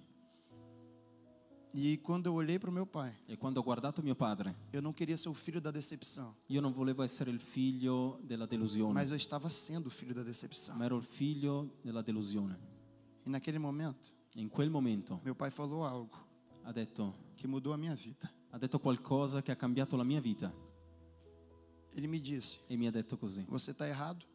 B: E quando eu olhei para o meu pai,
C: E quando ho guardato mio padre,
B: eu não queria ser o filho da decepção.
C: io non volevo essere il figlio della delusione,
B: Mas eu estava sendo o filho da decepção.
C: ma ero il figlio della delusione.
B: E naquele momento,
C: E in quel momento
B: meu pai falou algo
C: ha detto,
B: que mudou a minha vida.
C: ha detto qualcosa che ha cambiato la mia vita
B: Ele me disse:
C: e mi ha detto così,
B: Você está errado,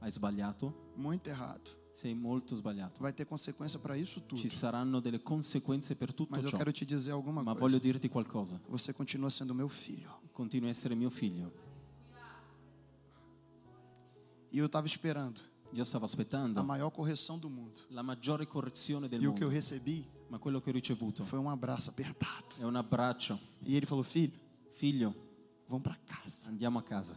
C: hai sbagliato,
B: muito errado.
C: sei molto sbagliato,
B: Vai ter consequência para isso tudo.
C: ci saranno delle conseguenze per tutto
B: Mas eu
C: ciò,
B: quero te dizer alguma
C: ma voglio
B: coisa.
C: dirti qualcosa,
B: Você continua sendo meu filho.
C: continui a essere mio figlio.
B: E eu estava esperando
C: Io stavo
B: a
C: aspettando
B: maior correção do mundo.
C: la maggiore correzione del
B: E o que eu
C: mondo,
B: recebi
C: ma quello che ho ricevuto
B: foi um abraço apertado.
C: è un abbraccio,
B: E ele falou: Filho,
C: figlio,
B: vamos para casa.
C: andiamo a casa.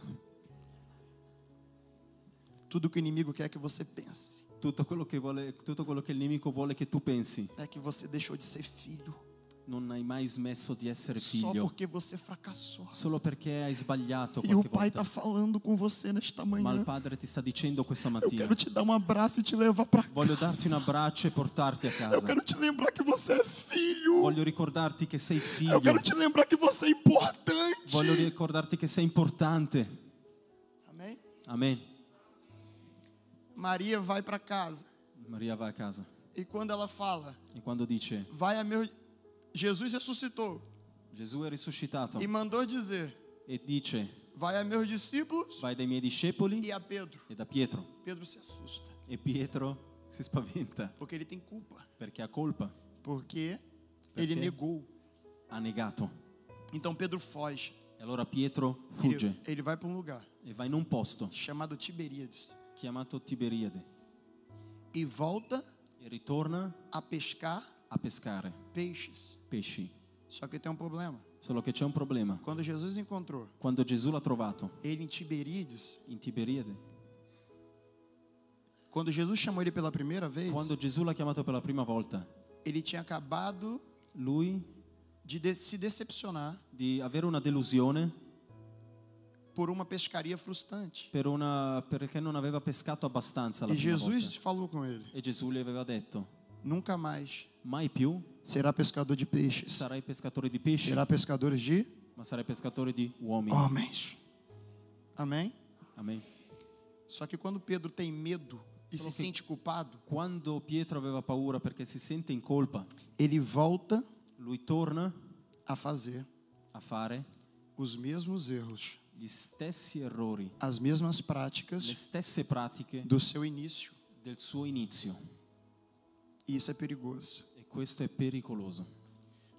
B: Tudo que o inimigo quer é que você pense
C: Tutto quello che, vuole, tutto quello che il nemico vuole che tu pensi
B: é que você deixou de ser filho
C: non hai mai smesso di essere
B: só
C: figlio
B: porque você fracassou.
C: solo perché hai sbagliato
B: E o
C: qualche
B: pai
C: volta.
B: está falando com você nesta manhã.
C: Ma il padre ti sta dicendo questa
B: Eu
C: mattina:
B: quero te dar um abraço e te levar pra
C: Voglio darti un
B: casa.
C: abbraccio e portarti a
B: Eu
C: casa.
B: quero te lembrar que você é filho.
C: Voglio ricordarti che sei figlio.
B: Eu quero te lembrar que você é importante.
C: Voglio ricordarti che sei importante.
B: Amém?
C: Amen.
B: Maria vai pra casa.
C: Maria va a casa.
B: E quando ela fala,
C: E quando dice:
B: vai a meu. Jesus ressuscitou
C: Gesù è risuscitato,
B: e mandou dizer:
C: e dice:
B: vai a meus discípulos
C: Vai dai miei discepoli
B: e a Pedro.
C: e da Pietro.
B: Pedro se assusta,
C: E Pietro si spaventa
B: porque ele tem culpa.
C: perché ha colpa,
B: Porque ele
C: quê?
B: negou.
C: ha negato.
B: Então Pedro foge.
C: E allora Pietro
B: Ele,
C: fugge
B: ele vai pra um lugar
C: e va in un posto
B: chamado Tiberíades
C: chiamato Tiberiade
B: e volta
C: e ritorna
B: a pescar
C: a pescare
B: peixes.
C: pesci.
B: Só que tem um problema.
C: Solo che c'è un problema.
B: Quando Jesus encontrou
C: Quando Gesù l'ha trovato
B: ele em Tiberíades,
C: in Tiberiade,
B: quando Jesus chamou ele pela primeira vez,
C: quando Gesù l'ha chiamato per la prima volta,
B: ele tinha acabado
C: lui
B: de, de- se decepcionar
C: di avere una delusione
B: por uma pescaria frustrante.
C: per una, perché non aveva pescato abbastanza la
B: E
C: prima
B: Jesus
C: volta.
B: falou com ele:
C: E Gesù gli aveva detto,
B: nunca mais
C: mai più
B: será pescador de peixes,
C: sarai pescatore di pesci,
B: será pescador de
C: ma sarai pescatore di uomini.
B: Ah. homens. Amém?
C: Amen.
B: Só que quando Pedro tem medo e se sente culpado,
C: Quando Pietro aveva paura perché si sente in colpa,
B: ele volta
C: lui torna
B: a fazer
C: a fare
B: os mesmos erros,
C: gli stessi errori,
B: as mesmas
C: le
B: práticas
C: stesse pratiche
B: do seu início.
C: del suo inizio.
B: E isso é perigoso.
C: E questo è pericoloso.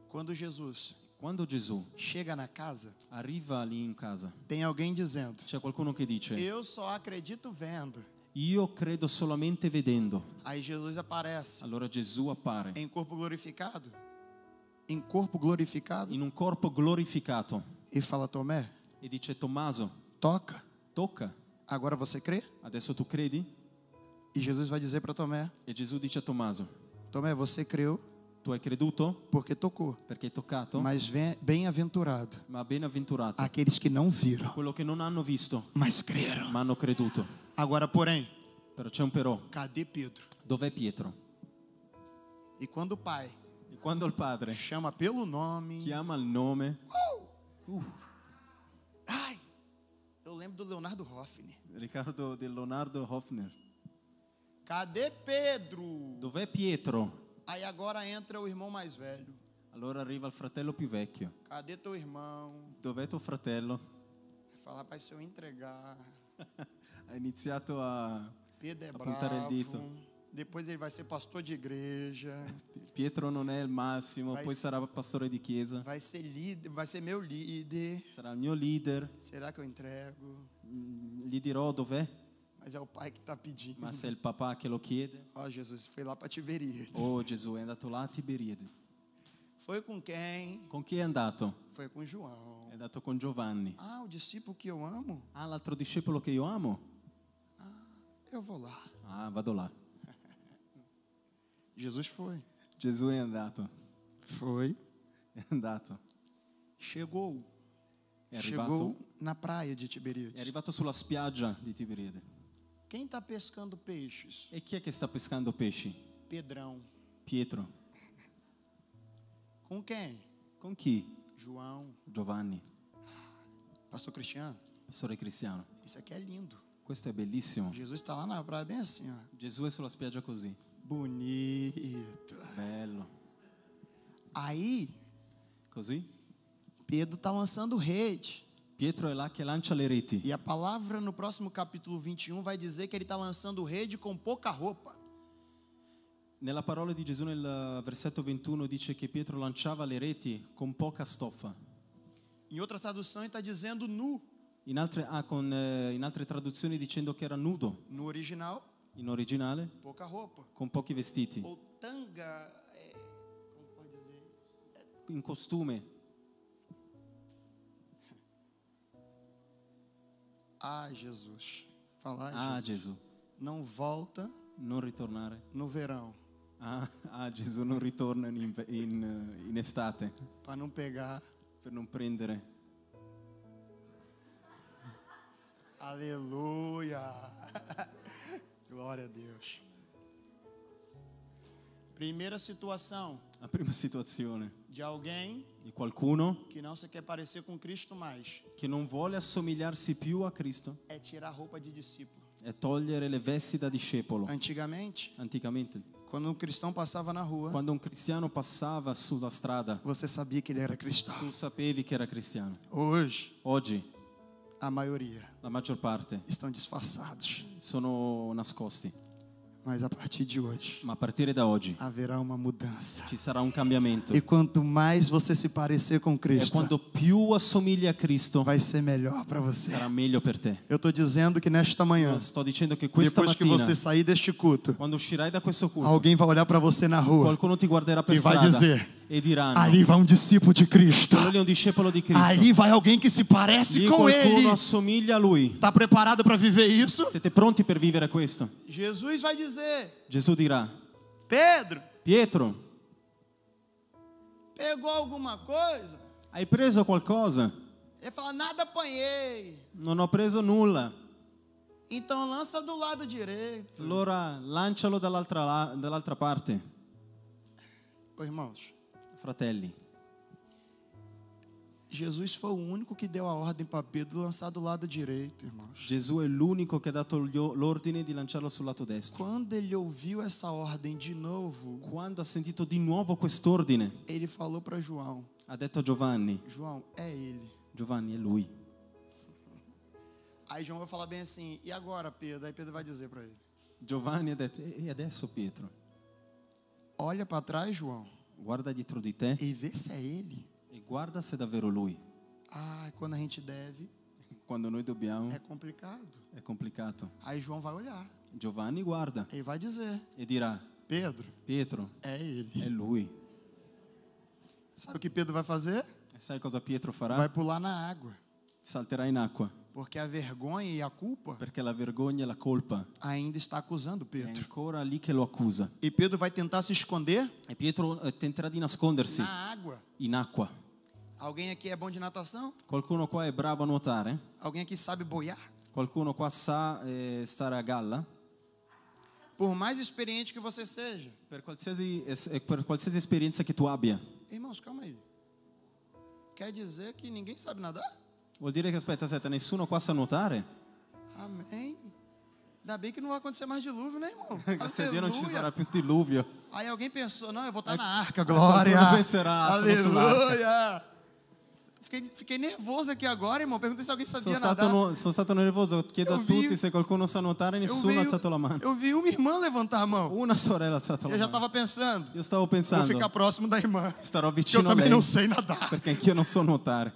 B: Quando Jesus
C: Quando Gesù
B: chega na casa,
C: arriva lì in casa,
B: tem alguém dizendo:
C: c'è qualcuno che dice,
B: Eu só acredito vendo.
C: io credo solamente vedendo.
B: Aí Jesus aparece
C: Allora Gesù appare
B: em corpo glorificado, em corpo glorificado,
C: in un corpo glorificato
B: e fala: Tomé,
C: e dice Tommaso,
B: toca.
C: tocca,
B: Agora você crê?
C: adesso tu credi?
B: E Jesus vai dizer para Tomé:
C: E Gesù dice a Tommaso,
B: Tomé, você creu
C: tu hai creduto
B: porque tocou.
C: perché hai toccato,
B: Mas vem- bem-aventurado
C: ma benavventurato
B: aqueles que não viram,
C: quello che non hanno visto,
B: mas creram.
C: ma hanno creduto.
B: Agora, porém,
C: Però c'è un però,
B: cadê Pedro?
C: dov'è Pietro?
B: E quando o pai
C: E quando il padre
B: chama pelo nome.
C: chiama il nome,
B: Ai! Eu lembro do Leonardo Hoffner.
C: Riccardo del Leonardo Hofner,
B: Cadê Pedro?
C: dov'è Pietro?
B: Aí agora entra o irmão mais velho.
C: Allora arriva il fratello più vecchio.
B: Cadê teu irmão?
C: Dov'è tuo fratello?
B: Fala, pai, se eu entregar.
C: Ha iniziato a...
B: Pedro é
C: Apontar
B: bravo.
C: ele dito.
B: Depois ele vai ser pastor de igreja.
C: Pietro non è il massimo,
B: Vai-
C: poi sarà pastore di chiesa,
B: Vai ser líder, vai ser meu líder.
C: sarà il mio leader,
B: Será que eu entrego?
C: Mm, gli dirò dov'è,
B: Mas é o pai que tá pedindo.
C: ma se è il papà che lo chiede.
B: Ó, Jesus, foi lá para Tiberíades.
C: Oh Gesù, è andato là a Tiberiade.
B: Foi com quem?
C: Con chi è andato?
B: Foi com João.
C: È andato con Giovanni.
B: Ah, o discípulo que eu amo?
C: Ah, l'altro discepolo che io amo?
B: Eu vou lá.
C: Ah, vado là.
B: Jesus foi.
C: Gesù è andato,
B: Foi.
C: è andato.
B: Chegou.
C: È
B: Chegou
C: arrivato,
B: na praia de
C: è
B: Tiberíades.
C: arrivato sulla spiaggia di Tiberiade.
B: Quem está pescando peixes?
C: E chi è che sta pescando pesci?
B: Pedrão.
C: Pietro.
B: Com quem?
C: Con chi?
B: João.
C: Giovanni,
B: Pastor Cristiano.
C: pastore cristiano.
B: Isso aqui é lindo.
C: Questo è bellissimo.
B: Jesus está lá na praia bem assim, ó.
C: Gesù è sulla spiaggia così.
B: Bonito.
C: Bello.
B: Aí,
C: Così?
B: Pedro está lançando rede.
C: Pietro è là che lancia le reti.
B: E a palavra no próximo capítulo 21 vai dizer que ele está lançando rede com pouca roupa.
C: Nella parola di Gesù nel eh, versetto 21 dice che Pietro lanciava le reti con poca stoffa.
B: Em outra tradução, ele está dizendo nu.
C: In altre, ah, con, eh, in altre traduzioni dicendo che era nudo,
B: No original,
C: in originale,
B: pouca roupa.
C: con pochi vestiti,
B: Ou tanga, é, como pode dizer?
C: in costume.
B: Ah, Jesus. Falar,
C: Ah,
B: Jesus.
C: Gesù,
B: Não volta
C: non ritornare.
B: no verão,
C: Ah, ah, Gesù non ritorna in, inve- in, eh, in estate
B: para não pegar.
C: per non prendere.
B: Aleluia. Glória a Deus. Primeira situação
C: La prima situazione
B: de alguém
C: di qualcuno
B: que não se quer parecer com Cristo mais
C: che non vuole assomigliarsi più a Cristo
B: é tirar a roupa de discípulo.
C: e togliere le vesti da discepolo.
B: Antigamente,
C: Anticamente,
B: quando um cristão passava na rua,
C: quando un cristiano passava sulla strada,
B: você sabia que ele era cristão.
C: tu sapevi che era cristiano.
B: Hoje,
C: Oggi
B: a maioria
C: la maggior parte
B: estão disfarçados.
C: sono nascosti,
B: Mas a partir de hoje,
C: ma a partire da oggi
B: haverá uma mudança.
C: ci sarà un cambiamento.
B: E
C: E
B: quanto mais você se parecer com Cristo,
C: É quando più assomigli a Cristo,
B: vai ser melhor para você.
C: sarà meglio per te.
B: Eu estou dizendo que nesta manhã,
C: Sto dicendo che questa
B: depois que
C: mattina,
B: você sair deste culto,
C: quando uscirai da questo culto,
B: alguém vai olhar para você na rua.
C: qualcuno ti guarderà per
B: E vai
C: strada
B: dizer,
C: e diranno,
B: Ali vai um discípulo de Cristo.
C: quello lì è un discepolo di Cristo.
B: Ali vai alguém que se
C: Lì
B: parece com ele.
C: qualcuno assomiglia a lui.
B: Está preparado para viver isso?
C: Siete pronti per vivere questo?
B: Jesus vai dizer:
C: Gesù dirà,
B: Pedro,
C: Pietro,
B: pegou alguma coisa?
C: hai preso qualcosa?
B: Ele fala: Nada apanhei.
C: Non ho preso nulla.
B: Então lança do lado direito.
C: Allora lancialo dall'altra, la- dall'altra parte.
B: Ô, irmãos,
C: Fratelli,
B: Jesus foi o único que deu a ordem para Pedro lançar do lado direito, irmãos.
C: Gesù è l'unico che ha dato gli- l'ordine di lanciarlo sul lato destro.
B: Quando ele ouviu essa ordem de novo,
C: Quando ha sentito di nuovo quest'ordine,
B: ele falou para João:
C: ha detto a Giovanni,
B: João, é ele.
C: Giovanni è lui.
B: Aí João vai falar bem assim: e agora, Pedro? Aí Pedro vai dizer para ele:
C: Giovanni ha detto, e adesso Pietro,
B: olha para trás, João,
C: guarda dietro di te
B: e vê se é ele.
C: e guarda se è davvero lui.
B: Ah, quando a gente deve,
C: Quando noi dobbiamo
B: é complicado.
C: è complicato.
B: Aí João vai olhar
C: Giovanni guarda
B: e vai dizer:
C: e dirà,
B: Pedro,
C: Pietro
B: é ele.
C: è lui.
B: Sabe o que Pedro vai fazer?
C: E sai cosa Pietro farà?
B: Vai pular na água.
C: Salterà in acqua,
B: Porque a vergonha e a culpa
C: perché la vergogna e la colpa
B: ainda está acusando
C: è
B: Pedro.
C: ancora lì che lo accusa.
B: E Pedro vai tentar se esconder
C: E Pietro eh, tenterà di nascondersi
B: na água.
C: in acqua.
B: Alguém aqui é bom de natação?
C: Qualcuno qua è bravo a nuotare?
B: Alguém aqui sabe boiar?
C: Qualcuno qua sa eh, stare a galla?
B: Por mais experiente que você seja.
C: Per qualsiasi, es- eh, per qualsiasi esperienza che tu abbia,
B: Irmãos, calma aí. Quer dizer que ninguém sabe nadar?
C: vuol dire che aspetta, aspetta, nessuno qua sa nuotare?
B: Amém. Ainda bem que não vai acontecer mais dilúvio, né, irmão?
C: Grazie a Dio non ci
B: Aleluia.
C: sarà più diluvio.
B: Aí alguém pensou, não, eu vou estar na arca, glória.
C: quando vencerá, sono
B: Aleluia. Fiquei, fiquei nervoso aqui agora, irmão. Perguntei se alguém
C: Sono
B: sabia
C: stato,
B: nadar.
C: nu- sono stato nervoso, chiedo
B: Io
C: a
B: vi-
C: tutti se qualcuno sa nuotare,
B: Eu
C: nessuno
B: vi, um-
C: ha alzato la mano.
B: eu vi uma irmã levantar a mão.
C: Una sorella ha alzato la
B: Eu já
C: mano.
B: tava pensando,
C: Io stavo
B: vou
C: pensando,
B: ficar próximo da irmã, que
C: starò
B: eu
C: vicino a
B: também
C: lei
B: não sei nadar.
C: perché anch'io non so nuotare.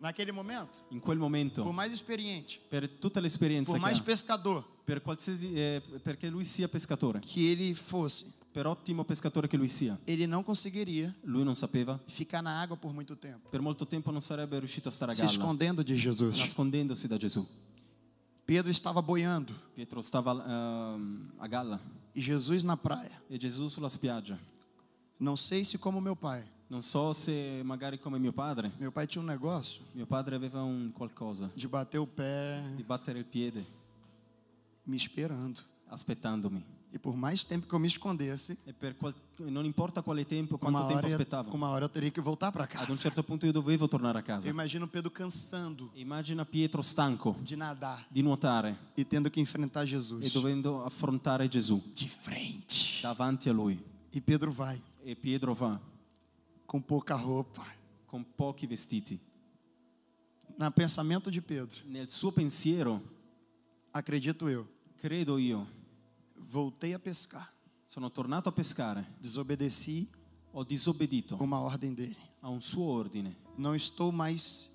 B: Naquele momento,
C: In quel
B: por
C: momento,
B: mais experiente,
C: per tutta l'esperienza
B: por
C: che
B: mais
C: ha,
B: pescador
C: per qualsiasi, eh, perché lui sia pescatore,
B: que ele fosse,
C: per ottimo pescatore che lui sia,
B: ele não conseguiria
C: lui non sapeva,
B: ficar na água por muito tempo,
C: per molto tempo non sarebbe riuscito a stare a
B: se
C: galla,
B: escondendo de Jesus.
C: nascondendosi da Gesù.
B: Pedro estava boiando
C: Pietro stava ehm, a galla
B: e Jesus na praia.
C: e Gesù sulla spiaggia.
B: Não sei se como meu pai.
C: Non so se magari come mio padre,
B: Meu pai tinha um negócio
C: mio padre aveva un qualcosa
B: de bater o pé
C: di battere il piede
B: me esperando.
C: aspettandomi.
B: E por mais tempo que eu me escondesse,
C: E per qual- non importa quale tempo, quanto
B: uma
C: tempo Ah,
B: hora, ia-
C: aspettavo.
B: uma hora eu teria que voltar para
C: Ad un
B: casa.
C: certo punto io dovevo tornare a
B: Eu
C: casa.
B: imagino Pedro cansando
C: Immagina Pietro stanco
B: de nadar
C: di nuotare
B: e tendo que enfrentar
C: e
B: Jesus
C: dovendo affrontare Gesù
B: de frente.
C: davanti a lui.
B: E Pedro vai
C: E Pietro va
B: com pouca roupa.
C: con pochi vestiti.
B: No pensamento de Pedro,
C: Nel suo pensiero,
B: acredito eu,
C: credo io,
B: voltei a pescar.
C: sono tornato a pescare,
B: Desobedeci
C: ho disobbedito
B: uma ordem dele.
C: a un suo ordine.
B: Não estou mais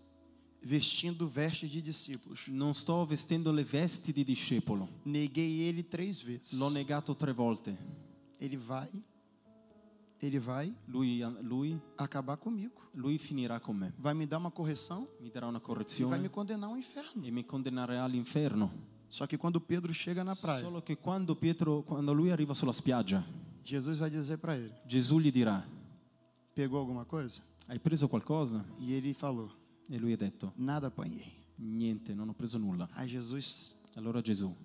B: vestindo vestes de discípulos.
C: Non sto vestendo le vesti di discepolo.
B: Neguei ele três vezes.
C: L'ho negato tre volte.
B: Ele vai, ele vai
C: Lui, lui-
B: acabar comigo.
C: lui finirà con me.
B: Vai me dar uma correção
C: Mi darà una
B: e vai me
C: correzione
B: condenar ao inferno.
C: e mi condannerà all'inferno.
B: Só que quando Pedro chega na praia,
C: Solo che quando Pietro, quando lui arriva sulla spiaggia,
B: Jesus vai dizer para ele:
C: Gesù gli dirà:
B: Pegou alguma coisa?
C: Hai preso qualcosa?
B: E ele falou:
C: E lui ha detto:
B: Nada apanhei.
C: Niente, non ho preso nulla.
B: Aí Jesus
C: Allora Gesù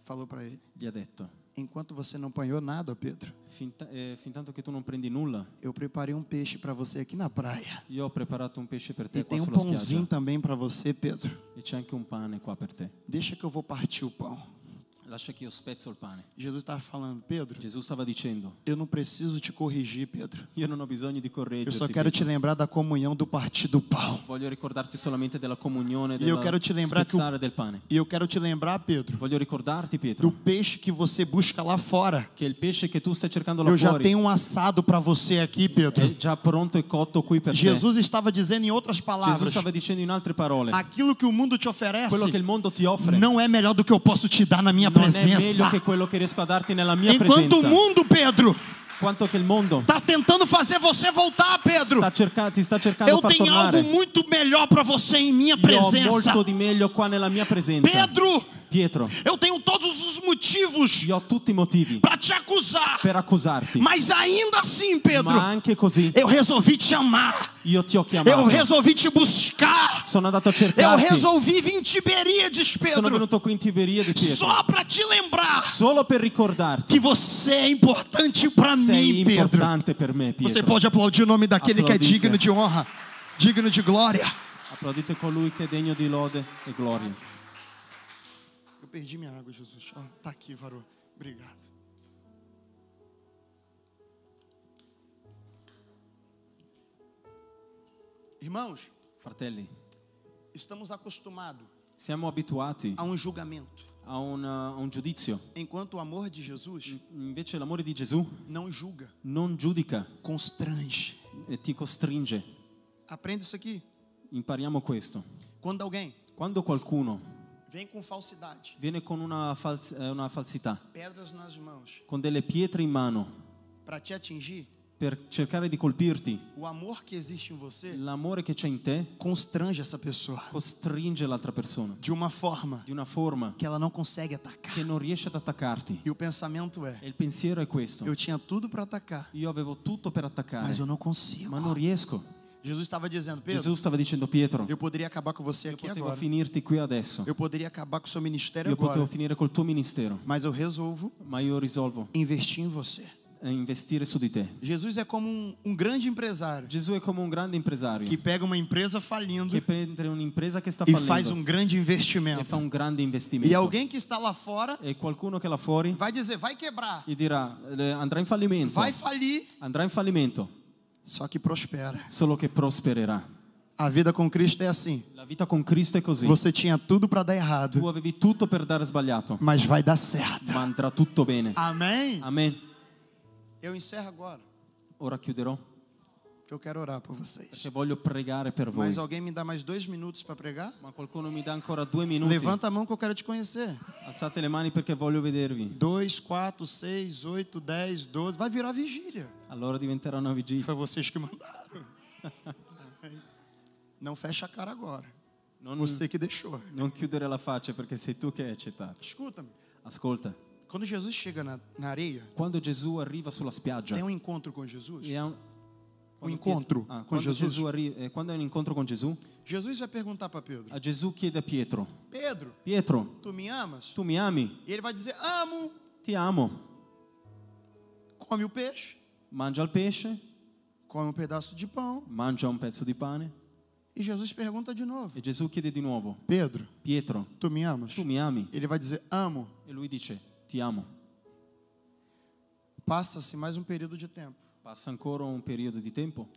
B: falou para ele:
C: gli ha detto:
B: Enquanto você não apanhou nada, Pedro,
C: Finta- eh, Fin tanto che tu non prendi nulla,
B: eu preparei um peixe para você aqui na praia.
C: io ho preparato un pesce per
B: E
C: te qua
B: tem um
C: sulla
B: pãozinho
C: spiaggia
B: também para você, Pedro.
C: e c'è anche un pane qua per te.
B: Deixa que eu vou partir o pão.
C: Lascia che io spezzo il pane.
B: Jesus estava falando: Pedro,
C: Gesù stava dicendo:
B: eu não preciso te corrigir, Pedro.
C: Io non ho bisogno di
B: Eu
C: correggerti.
B: só quero te
C: Pietro.
B: lembrar da comunhão do partir do pão.
C: Voglio ricordarti solamente della comunione,
B: Io
C: della
B: quero ti lembrare che-
C: spezzare del pane.
B: E eu quero te lembrar, Pedro,
C: Voglio ricordarti, Pietro,
B: do peixe que você busca lá fora.
C: che il pesce che tu stai cercando là
B: Eu já
C: fuori
B: tenho um assado para você aqui, Pedro.
C: è già pronto e cotto qui per te.
B: Jesus estava dizendo em outras
C: Gesù
B: palavras:
C: stava dicendo in altre parole,
B: aquilo que o mundo te
C: quello che il
B: oferece
C: mondo ti offre non
B: não é melhor do que eu posso te dar na minha
C: è meglio
B: presença.
C: che quello che riesco a darti nella mia
B: Enquanto o
C: presenza,
B: mundo, Pedro,
C: quanto che il mondo
B: tá tentando fazer você voltar, Pedro,
C: sta cerca- ti sta cercando
B: eu
C: di far
B: tenho algo
C: tornare.
B: muito melhor para você em minha
C: Io ho
B: presença.
C: molto di meglio qua nella mia presenza.
B: Pedro,
C: Pietro,
B: eu tenho todos os motivos
C: io ho tutti i motivi
B: para te acusar,
C: per accusarti,
B: mas ainda assim, Pedro,
C: ma anche così
B: eu resolvi te amar.
C: io ti ho
B: Eu
C: chiamato.
B: resolvi te buscar.
C: Sono andato a
B: Eu
C: cercarti.
B: resolvi vir em Tiberíades,
C: Sono
B: Pedro,
C: venuto qui in Tiberiade, Pietro,
B: só para te lembrar
C: solo per ricordarti.
B: que você é importante para
C: Sei
B: mim, Pedro.
C: é importante per me,
B: Você
C: Pietro.
B: pode aplaudir o nome daquele que é
C: Aplaudite.
B: digno de honra. digno de glória.
C: Applaudite colui che è degno di lode e gloria.
B: Eu perdi minha água, Jesus. Ó, tá aqui, varô. Obrigado. Irmãos,
C: Fratelli,
B: estamos acostumados
C: siamo abituati
B: a um julgamento,
C: a un, a un giudizio,
B: enquanto o amor de Jesus
C: invece l'amore di Gesù
B: não julga,
C: non giudica
B: constrange.
C: e ti costringe.
B: Aprenda isso aqui.
C: Impariamo questo.
B: Quando alguém
C: Quando qualcuno
B: vem com falsidade,
C: viene con una, fals- eh, una falsità,
B: pedras nas mãos,
C: con delle pietre in mano,
B: para te atingir,
C: per cercare di colpirti,
B: o amor que existe em você
C: l'amore che c'è in te
B: constrange essa pessoa
C: costringe l'altra persona
B: de uma forma
C: di una forma
B: que ela não consegue atacar.
C: che non riesce ad attaccarti.
B: E o pensamento é:
C: E il pensiero è questo.
B: eu tinha tudo para atacar,
C: Io avevo tutto per attaccare,
B: mas eu não consigo.
C: ma non riesco.
B: Jesus estava dizendo: Pedro,
C: Gesù stava dicendo Pietro,
B: eu poderia acabar com você aqui
C: potevo
B: agora.
C: finirti qui adesso.
B: Eu poderia acabar com o seu ministério
C: Io potevo
B: agora,
C: finire col tuo ministero,
B: mas eu resolvo
C: ma io risolvo
B: investir em você.
C: a investire su di te.
B: Jesus é como um, um grande empresário
C: Gesù è come un grande impresario
B: que pega uma empresa falindo
C: che prende un'impresa che sta
B: e faz
C: fallendo
B: um grande
C: e fa
B: investimento.
C: un grande
B: E
C: investimento.
B: alguém que está lá fora
C: E qualcuno che là fuori
B: vai dizer: vai quebrar,
C: gli dirà eh, andrà in fallimento,
B: vai falir,
C: andrà in fallimento,
B: só que prospera.
C: solo che prospererà.
B: A vida com Cristo é assim.
C: La vita con Cristo è così.
B: Você tinha tudo para dar errado,
C: Tu avevi tutto per dare sbagliato,
B: mas vai dar certo.
C: ma andrà tutto bene.
B: Amém?
C: Amen.
B: Eu encerro agora,
C: Ora chiuderò
B: que eu quero orar por vocês.
C: perché voglio pregare per voi.
B: Mas alguém me dá mais dois minutos para pregar?
C: Ma qualcuno mi dà ancora due minuti.
B: Levanta a mão que eu quero te conhecer.
C: Alzate le mani perché voglio vedervi.
B: Dois, quatro, seis, oito, dez, doze. Vai virar vigília.
C: Allora diventerà una vigilia.
B: Foi vocês que mandaram. Amém. Não fecha a cara agora.
C: Non,
B: Você que deixou.
C: non chiudere la faccia perché sei tu che hai accettato.
B: Escuta-me.
C: Ascolta,
B: Quando Jesus chega na, na areia,
C: quando Gesù arriva sulla spiaggia,
B: tem um encontro com Jesus.
C: e ha un,
B: Um
C: quando
B: encontro
C: Pietro- ah,
B: com
C: quando
B: Jesus.
C: Gesù arri- eh, quando è un incontro con Gesù,
B: Jesus vai perguntar para Pedro:
C: a Gesù chiede a Pietro,
B: Pedro,
C: Pietro,
B: tu me amas?
C: tu mi ami?
B: E ele vai dizer: Amo.
C: Ti amo.
B: Come o peixe,
C: Mangia il pesce,
B: come um pedaço de pão.
C: mangia un pezzo di pane.
B: E Jesus pergunta de novo:
C: E Gesù chiede di nuovo,
B: Pedro,
C: Pietro,
B: tu me amas?
C: tu mi ami?
B: Ele vai dizer: Amo.
C: E lui dice, ti amo.
B: Passa-se mais um período de tempo.
C: Passa ancora un periodo di tempo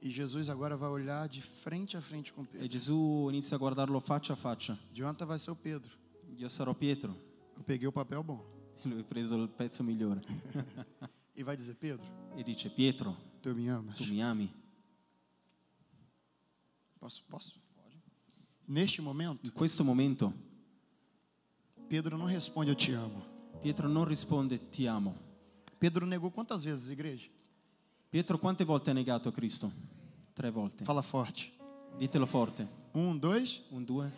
B: E Jesus agora vai olhar de frente a frente com
C: e
B: Pedro.
C: Gesù inizia a guardarlo faccia a faccia.
B: Adianta vai ser o Pedro.
C: Io sarò Pietro.
B: Eu peguei o papel bom.
C: E lui ha preso il pezzo migliore
B: E vai dizer: Pedro,
C: e dice, Pietro,
B: tu me amas?
C: tu mi ami?
B: Posso? Posso? Neste momento,
C: In questo momento
B: Pedro não responde: Eu te amo.
C: Pietro non risponde, ti amo.
B: Pedro negou quantas vezes, igreja?
C: Pietro quante volte ha negato Cristo? Tre volte.
B: Fala forte.
C: Ditelo forte.
B: Um, dois,
C: Un, due,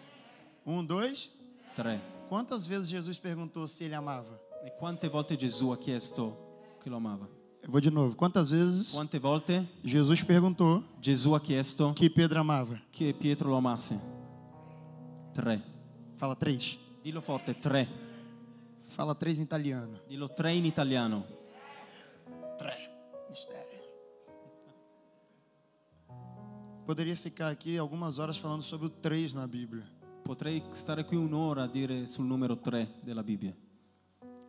B: um, dois.
C: tre.
B: Quantas vezes Jesus perguntou se ele amava?
C: E quante volte Gesù ha chiesto che lo amava?
B: Eu vou de novo. Quantas vezes
C: Quante volte
B: Jesus perguntou
C: Gesù ha chiesto
B: que Pedro amava?
C: che Pietro lo amasse? Tre.
B: Fala três.
C: Dillo forte, tre.
B: Fala três em italiano.
C: Dillo tre in italiano.
B: Três. Mistério. Poderia ficar aqui algumas horas falando sobre o três na Bíblia.
C: Potrei stare qui un'ora a dire sul numero tre della Bibbia.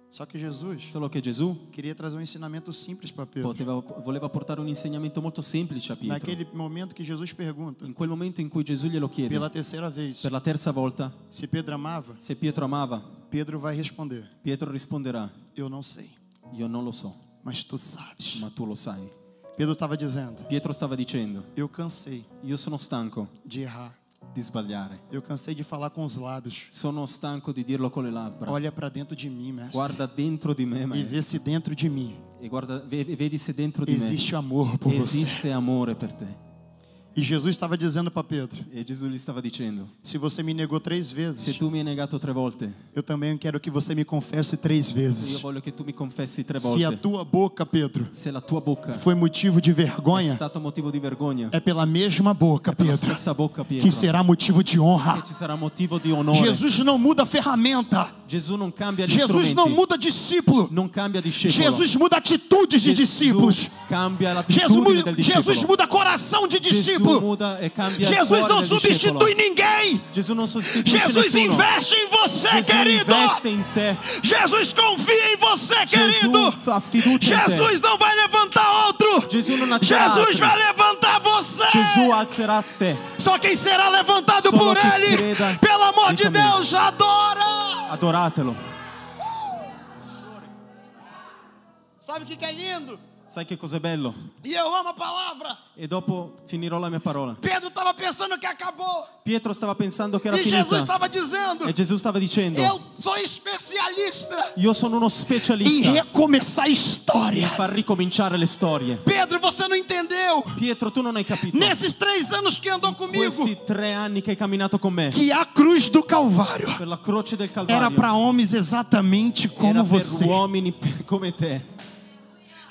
B: Só que Jesus
C: Solo che Gesù
B: queria trazer um ensinamento simples para Pedro.
C: poteva, voleva portare un insegnamento molto semplice a Pietro.
B: Naquele momento que Jesus pergunta,
C: In quel momento in cui Gesù glielo chiede,
B: pela terceira vez,
C: per la terza volta,
B: se Pedro amava,
C: se Pietro amava,
B: Pedro vai responder:
C: Pietro risponderà,
B: Eu não sei,
C: io non lo so.
B: mas tu sabes.
C: ma tu lo sai.
B: Pedro estava dizendo:
C: Pietro stava dicendo,
B: Eu cansei
C: io sono stanco
B: de errar.
C: di sbagliare,
B: Eu cansei de falar com os lábios.
C: sono stanco di dirlo con le labbra.
B: Olha para dentro de mim, mestre.
C: Guarda dentro di me,
B: e
C: maestro,
B: vê se dentro de mim
C: e guarda, ve- vedi se dentro di
B: existe amor por
C: me
B: você.
C: esiste amore per te.
B: E Jesus estava dizendo para Pedro:
C: E Gesù gli stava dicendo,
B: Se você me negou três
C: se
B: vezes,
C: tu mi hai negato tre volte,
B: eu também quero que você me confesse três
C: io
B: vezes.
C: voglio che tu mi confessi tre
B: Se a
C: volte.
B: tua boca, Pedro,
C: Se la tua bocca è
B: foi motivo de vergonha,
C: stato motivo di vergogna,
B: é pela mesma boca,
C: per la
B: Pedro,
C: stessa bocca, Pietro,
B: que
C: che
B: será motivo de honra.
C: ci sarà motivo di onore.
B: Jesus não muda a ferramenta.
C: Gesù non cambia gli
B: Jesus não
C: strumenti,
B: muda discípulo.
C: non cambia discepolo.
B: Jesus muda atitudes de
C: Gesù
B: discípulos.
C: Cambia l'attitudine
B: Jesus,
C: del
B: Jesus
C: discepolo.
B: muda coração de
C: Gesù
B: discípulo.
C: muda e cambia il
B: Jesus
C: cuore
B: não
C: del discepolo.
B: substitui ninguém.
C: Gesù non sostituisce
B: Jesus
C: nessuno.
B: investe em você,
C: Gesù
B: querido.
C: investe in te.
B: Jesus confia em você, querido.
C: Gesù ha fiducia in te.
B: Jesus não vai levantar outro.
C: Gesù non alzerà
B: Jesus
C: altri.
B: vai levantar você.
C: Gesù alzerà te.
B: Só quem será levantado
C: Só
B: por
C: que
B: ele.
C: creda
B: Pelo amor
C: e
B: de
C: caminhe.
B: Deus, adora.
C: Adoratelo.
B: Sabe o que que é lindo?
C: Sai che cos'è bello?
B: E eu amo a palavra.
C: E dopo finirò la mia parola.
B: Pedro estava pensando que acabou.
C: Pietro stava pensando che era
B: E Jesus
C: finita.
B: estava dizendo:
C: E Gesù stava dicendo,
B: Eu sou especialista
C: io sono uno
B: em
C: specialista
B: recomeçar histórias.
C: per ricominciare le storie.
B: Pedro, você não entendeu?
C: Pietro, tu non hai capito.
B: Nesses três anos que andou comigo,
C: Questi tre anni che hai camminato con me,
B: que a cruz do Calvário
C: per la croce del
B: era
C: Calvario,
B: para homens exatamente como
C: era per
B: você.
C: uomini come te.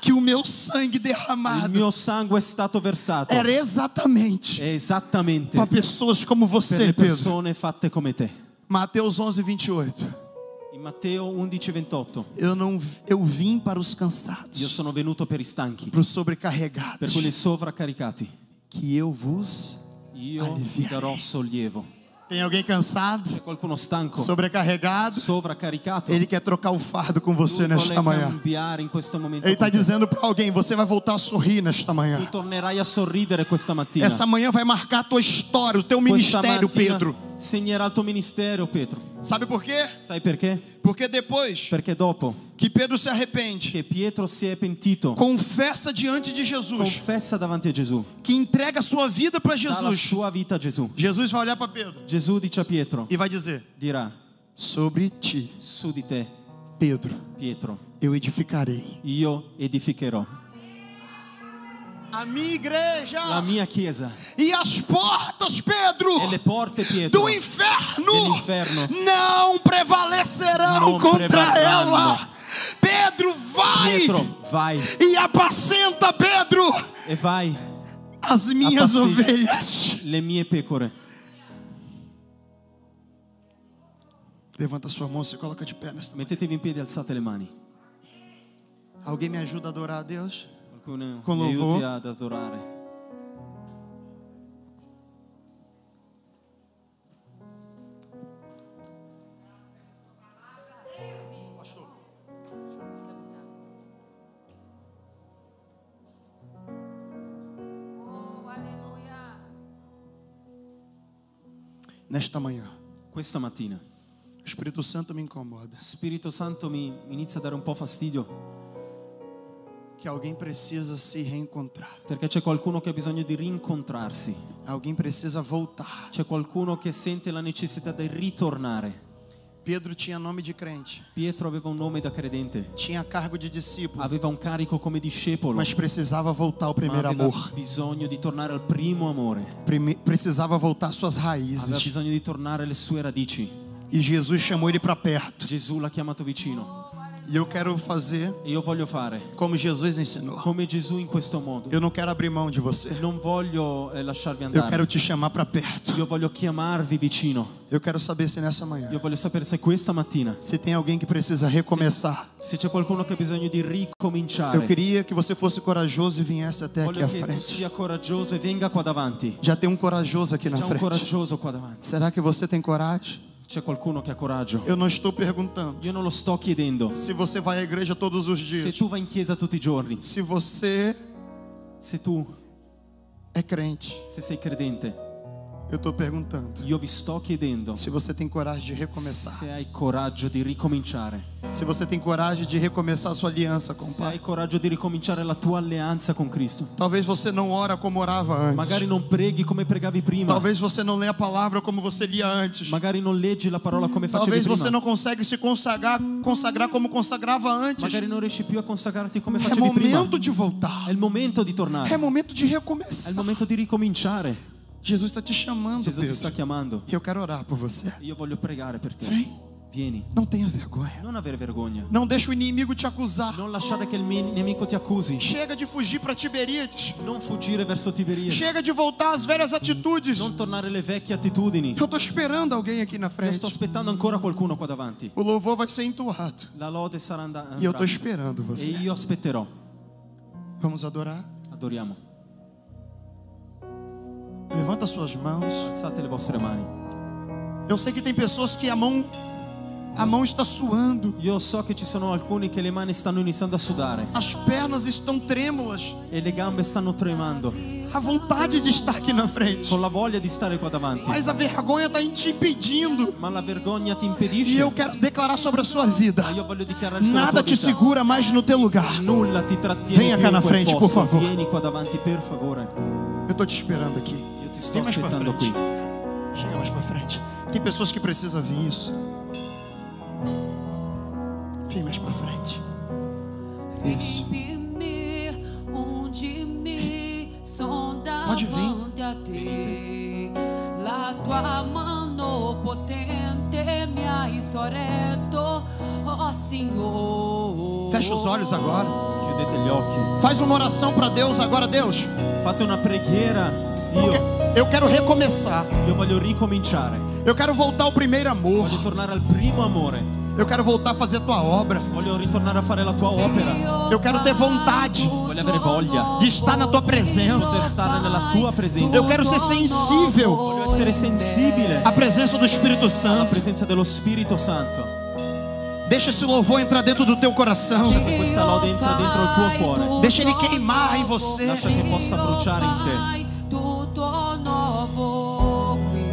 B: Que o meu sangue
C: Il
B: derramado
C: mio sangue è stato versato.
B: era exatamente
C: È esattamente
B: para pessoas como
C: per le
B: você, Pedro.
C: persone fatte come te.
B: Mateus 11, 28.
C: In Matteo 11:28,
B: Eu, não, eu vim para os
C: io
B: cansados,
C: sono venuto per i stanchi,
B: para os
C: per
B: sobrecarregados,
C: quelli sovraccaricati.
B: que eu vos
C: Io vi
B: Alleviare.
C: darò sollievo.
B: Tem alguém cansado,
C: C'è qualcuno stanco,
B: sobrecarregado?
C: sovraccaricato?
B: Ele quer trocar o fardo com
C: Tu
B: você
C: vuole
B: nesta manhã.
C: cambiare in questo momento.
B: Ele está
C: con te.
B: dizendo para alguém: você vai voltar a sorrir nesta manhã.
C: Tu tornerai a sorridere questa mattina.
B: Essa manhã vai marcar a tua história, o teu
C: Questa
B: ministério,
C: mattina
B: Pedro.
C: segnerà il tuo ministero, Pietro.
B: Sabe por quê?
C: Sai perché?
B: Porque depois
C: Perché dopo
B: que Pedro se arrepende,
C: che Pietro si è pentito,
B: confessa diante de Jesus,
C: confessa davanti a Gesù,
B: que entrega sua vida para
C: dà la
B: Jesus,
C: sua vita a Gesù.
B: Jesus vai olhar para Pedro
C: Gesù dice a Pietro,
B: e vai dizer:
C: dirà,
B: Sobre ti,
C: su di te,
B: Pedro,
C: Pietro,
B: eu edificarei
C: io edificherò
B: a minha igreja
C: la mia chiesa
B: e as portas, Pedro,
C: e le porte, Pietro,
B: do inferno,
C: é dell'inferno
B: não prevalecerão
C: Non
B: contra
C: prevarranno.
B: ela. Pedro, vai
C: Pietro, vai
B: e apacenta, Pedro,
C: e vai
B: as minhas
C: Apacenta.
B: ovelhas.
C: le mie pecore.
B: Levanta sua mão, se coloca de pé nesta manhã.
C: Mettetevi in piedi e alzate le mani.
B: Alguém me ajuda a adorar a Deus?
C: Qualcuno
B: Con
C: mi
B: louvor.
C: aiuti ad adorare.
D: Oh, aleluia.
B: Nesta manhã,
C: Questa mattina
B: o Espírito Santo me incomoda.
C: Spirito Santo mi inizia a dare un po' fastidio
B: Que alguém precisa se reencontrar.
C: perché c'è qualcuno che ha bisogno di rincontrarsi,
B: Alguém precisa voltar.
C: c'è qualcuno che sente la necessità di ritornare.
B: Pedro tinha nome de crente,
C: Pietro aveva un nome da credente,
B: tinha cargo de discípulo,
C: aveva un carico come discepolo,
B: mas precisava voltar ao
C: ma
B: primeiro
C: aveva
B: amor.
C: bisogno di tornare al primo amore,
B: Prime- Precisava voltar às suas
C: aveva
B: raízes.
C: bisogno di tornare alle sue radici.
B: E Jesus chamou ele para perto.
C: Gesù l'ha chiamato vicino
B: E eu quero fazer
C: e io voglio fare
B: como Jesus ensinou.
C: come Gesù in questo modo.
B: Eu não quero abrir mão de você.
C: Non voglio eh, lasciarvi
B: Eu
C: andare,
B: quero te chamar para perto.
C: io voglio chiamarvi vicino,
B: Eu quero saber se nessa manhã,
C: io voglio sapere se questa mattina
B: se tem alguém que precisa recomeçar.
C: Se c'è qualcuno che ha bisogno di ricominciare,
B: Eu queria que você fosse corajoso e viesse até aqui
C: voglio
B: à
C: che tu
B: frente.
C: sia coraggioso e venga qua davanti.
B: Já tem um corajoso aqui na
C: C'è un
B: frente.
C: coraggioso qua davanti.
B: Será que você tem coragem?
C: C'è qualcuno che ha coraggio.
B: Eu não estou perguntando
C: Io non lo sto chiedendo.
B: se você vai à igreja todos os
C: Se
B: dias.
C: tu vai in chiesa tutti i giorni,
B: Se você
C: se tu
B: é crente,
C: se sei credente,
B: eu estou perguntando
C: io vi sto chiedendo
B: se você tem coragem de recomeçar.
C: se hai coraggio di ricominciare.
B: Se você tem coragem de recomeçar a sua aliança com o
C: Se hai
B: Pai.
C: coraggio di ricominciare la tua alleanza con Cristo.
B: Talvez você não ora como orava
C: Magari
B: antes.
C: non preghi come pregavi prima.
B: Talvez você não lê a palavra como você lia antes.
C: Magari non leggi la parola come facevi
B: Talvez você
C: prima.
B: não consegue se consagrar, consagrar como consagrava antes.
C: Magari non riesci più a consagrarti come
B: É
C: facevi prima.
B: momento de voltar.
C: È il momento di tornare.
B: É momento de
C: È il
B: recomeçar.
C: momento di ricominciare.
B: Jesus está te chamando,
C: Gesù ti
B: Pedro.
C: sta chiamando.
B: Eu quero orar por você.
C: Io voglio pregare per te.
B: Vem,
C: Vieni,
B: não tenha vergonha.
C: non avere vergogna.
B: Não deixa o inimigo te acusar.
C: Non lasciare che il mi- nemico ti accusi.
B: Chega de fugir para Tiberíades.
C: Non fuggire verso Tiberia.
B: Chega de voltar às velhas atitudes.
C: Non tornare alle vecchie attitudini.
B: Eu tô esperando alguém aqui na
C: Io sto
B: frente.
C: aspettando ancora qualcuno qua davanti.
B: O louvor vai ser entoado.
C: La lode sarà andata.
B: E eu tô esperando
C: E
B: você.
C: io aspetterò.
E: Vamos adorar?
C: Adoriamo.
E: Levanta suas mãos.
C: Alzate le vostre mani.
E: Eu sei que tem pessoas que a mão a mão está suando,
C: Io so che ci sono alcuni che le mani stanno iniziando a sudare
E: as pernas estão trêmulas,
C: e le gambe stanno tremando
E: a vontade de estar aqui na frente.
C: con la voglia di stare qua davanti.
E: Mas a vergonha está te impedindo.
C: Ma la vergogna ti
E: E
C: impedisce.
E: eu quero declarar sobre a sua vida.
C: Ma io voglio dichiarare sulla tua
E: Nada te
C: vita.
E: segura mais no teu lugar.
C: Nulla ti trattiene
E: Venha
C: più
E: qua
C: in
E: na
C: quel
E: frente,
C: posto.
E: por favor.
C: Vieni qua davanti, per favore.
E: Eu tô te esperando aqui.
C: Io ti sto
E: Vem mais pra
C: aspettando
E: frente.
C: qui.
E: Chega mais pra frente. Tem pessoas que precisam ver isso. Vem mais pra frente. Isso.
D: Limpe-me, unge-me, sonda
E: Pode vir.
D: mande a te. La tua mano potente mi hai sorretto, oh Senhor.
E: Fecha os olhos agora.
C: Chiudete gli occhi.
E: Faz uma oração pra Deus agora, Deus.
C: Fate una preghiera.
E: Eu
C: Dio,
E: que- Eu quero recomeçar.
C: io voglio ricominciare.
E: Eu quero voltar ao primeiro amor.
C: Voglio tornare al primo amore.
E: Eu quero voltar a fazer a tua obra.
C: Voglio ritornare a fare la tua opera.
E: Eu quero ter vontade
C: Voglio avere voglia
E: de estar na tua
C: di
E: presença.
C: stare nella tua presenza.
E: Eu quero ser sensível
C: Voglio essere sensibile
E: à presença do Espírito
C: alla
E: Santo.
C: presenza dello Spirito Santo.
E: Deixa esse louvor entrar dentro do teu coração.
C: Che questa lode entra dentro il tuo cuore.
E: Deixa ele queimar em você.
C: Lascia che possa bruciare in te.
D: Fai tutto nuovo qui.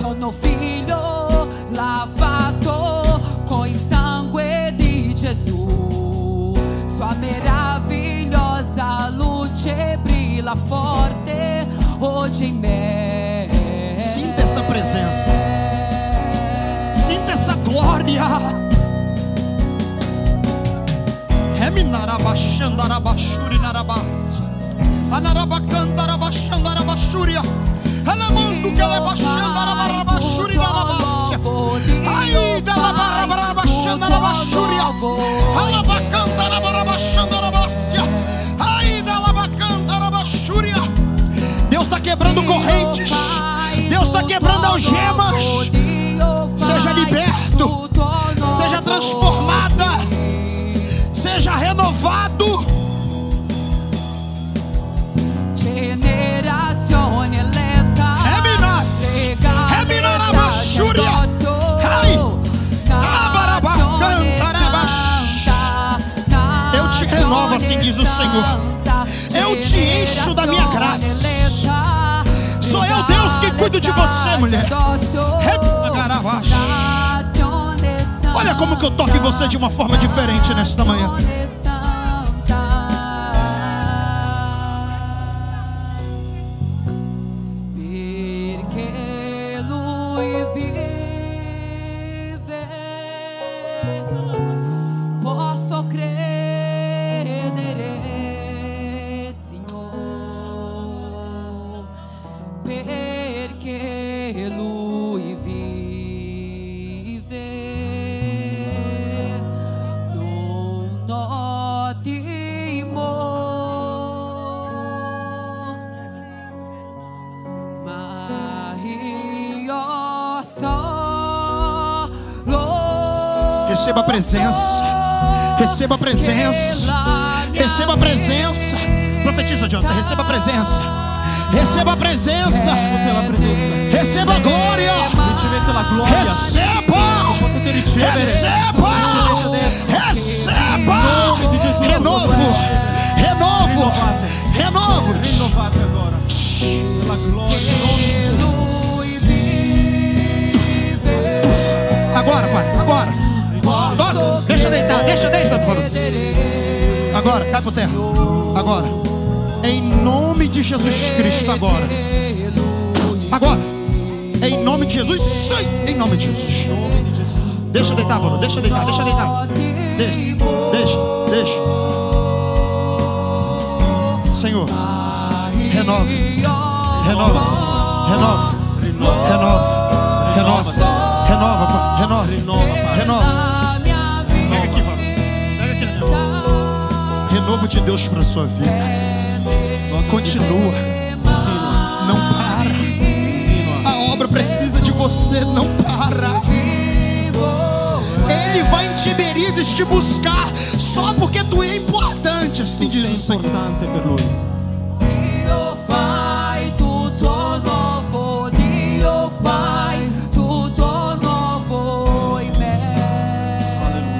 D: Sono figlio lavato con il sangue di Gesù. Sua meravigliosa luce brilla forte oggi in me.
E: Sinta essa presença. Sinta essa glória. Reminarabaxandarabashurinarabas. Anarabacandarabashandarabashuria. Elamando que ela é Ai, dela barabarabaxandarabashuria. Alabacandarabarabaxandarabassia. Ai, dela bacandarabashuria. Deus está quebrando correntes. Deus está quebrando algemas. Seja liberto. Seja transformada. Seja renovado.
D: Generazione eletta.
E: Reminas. Reminarabashuria. Ai. Abarabacantarabash. Eu te renovo, assim diz o Senhor. Eu te encho da minha graça. Sou eu, Deus, que cuido de você, mulher. Reminarabash. Olha como que eu toco em você de uma forma diferente nesta manhã.
D: Perché lui vive, posso credere, Signor, perché lui vive. Non ho timore ma io so lo
E: Receba a presença. Receba a presença. Receba a presença. Profetiza, Jonathan. Receba a presenza. Receba a presenza.
C: Potete la presenza.
E: Receba a glória.
C: Ricevete la gloria.
E: Receba.
C: Potete ricevere.
E: Receba. Receba. Renovo. Renovo. Renovo.
C: Rinnovate agora. La gloria in nome di Gesù.
E: Agora, pai. Agora. Toca. Deixa deitar. Deixa deitar. Agora. Cai por terra. Agora. Em nome de Jesus Cristo. Agora. Agora. Em nome de Jesus, sai! Em nome de Jesus. Deixa eu deitar, Vano. Deixa eu deitar, deixa eu deitar. Deixa, deixa, deixa. Senhor, renova, renova, renova, renova, renova, renova, Pai, renova, renova.
D: La mia vita
E: Pega aqui, Vano. Pega aqui na minha mão. Renovo de Deus para sua vida.
C: Continua.
E: Continua, não para.
C: Continua.
E: A obra precisa de você, não para. vai em Tiberíades te buscar só porque tu é importante, assim
C: Tu
E: diz
C: sei
E: o Senhor.
C: importante per lui.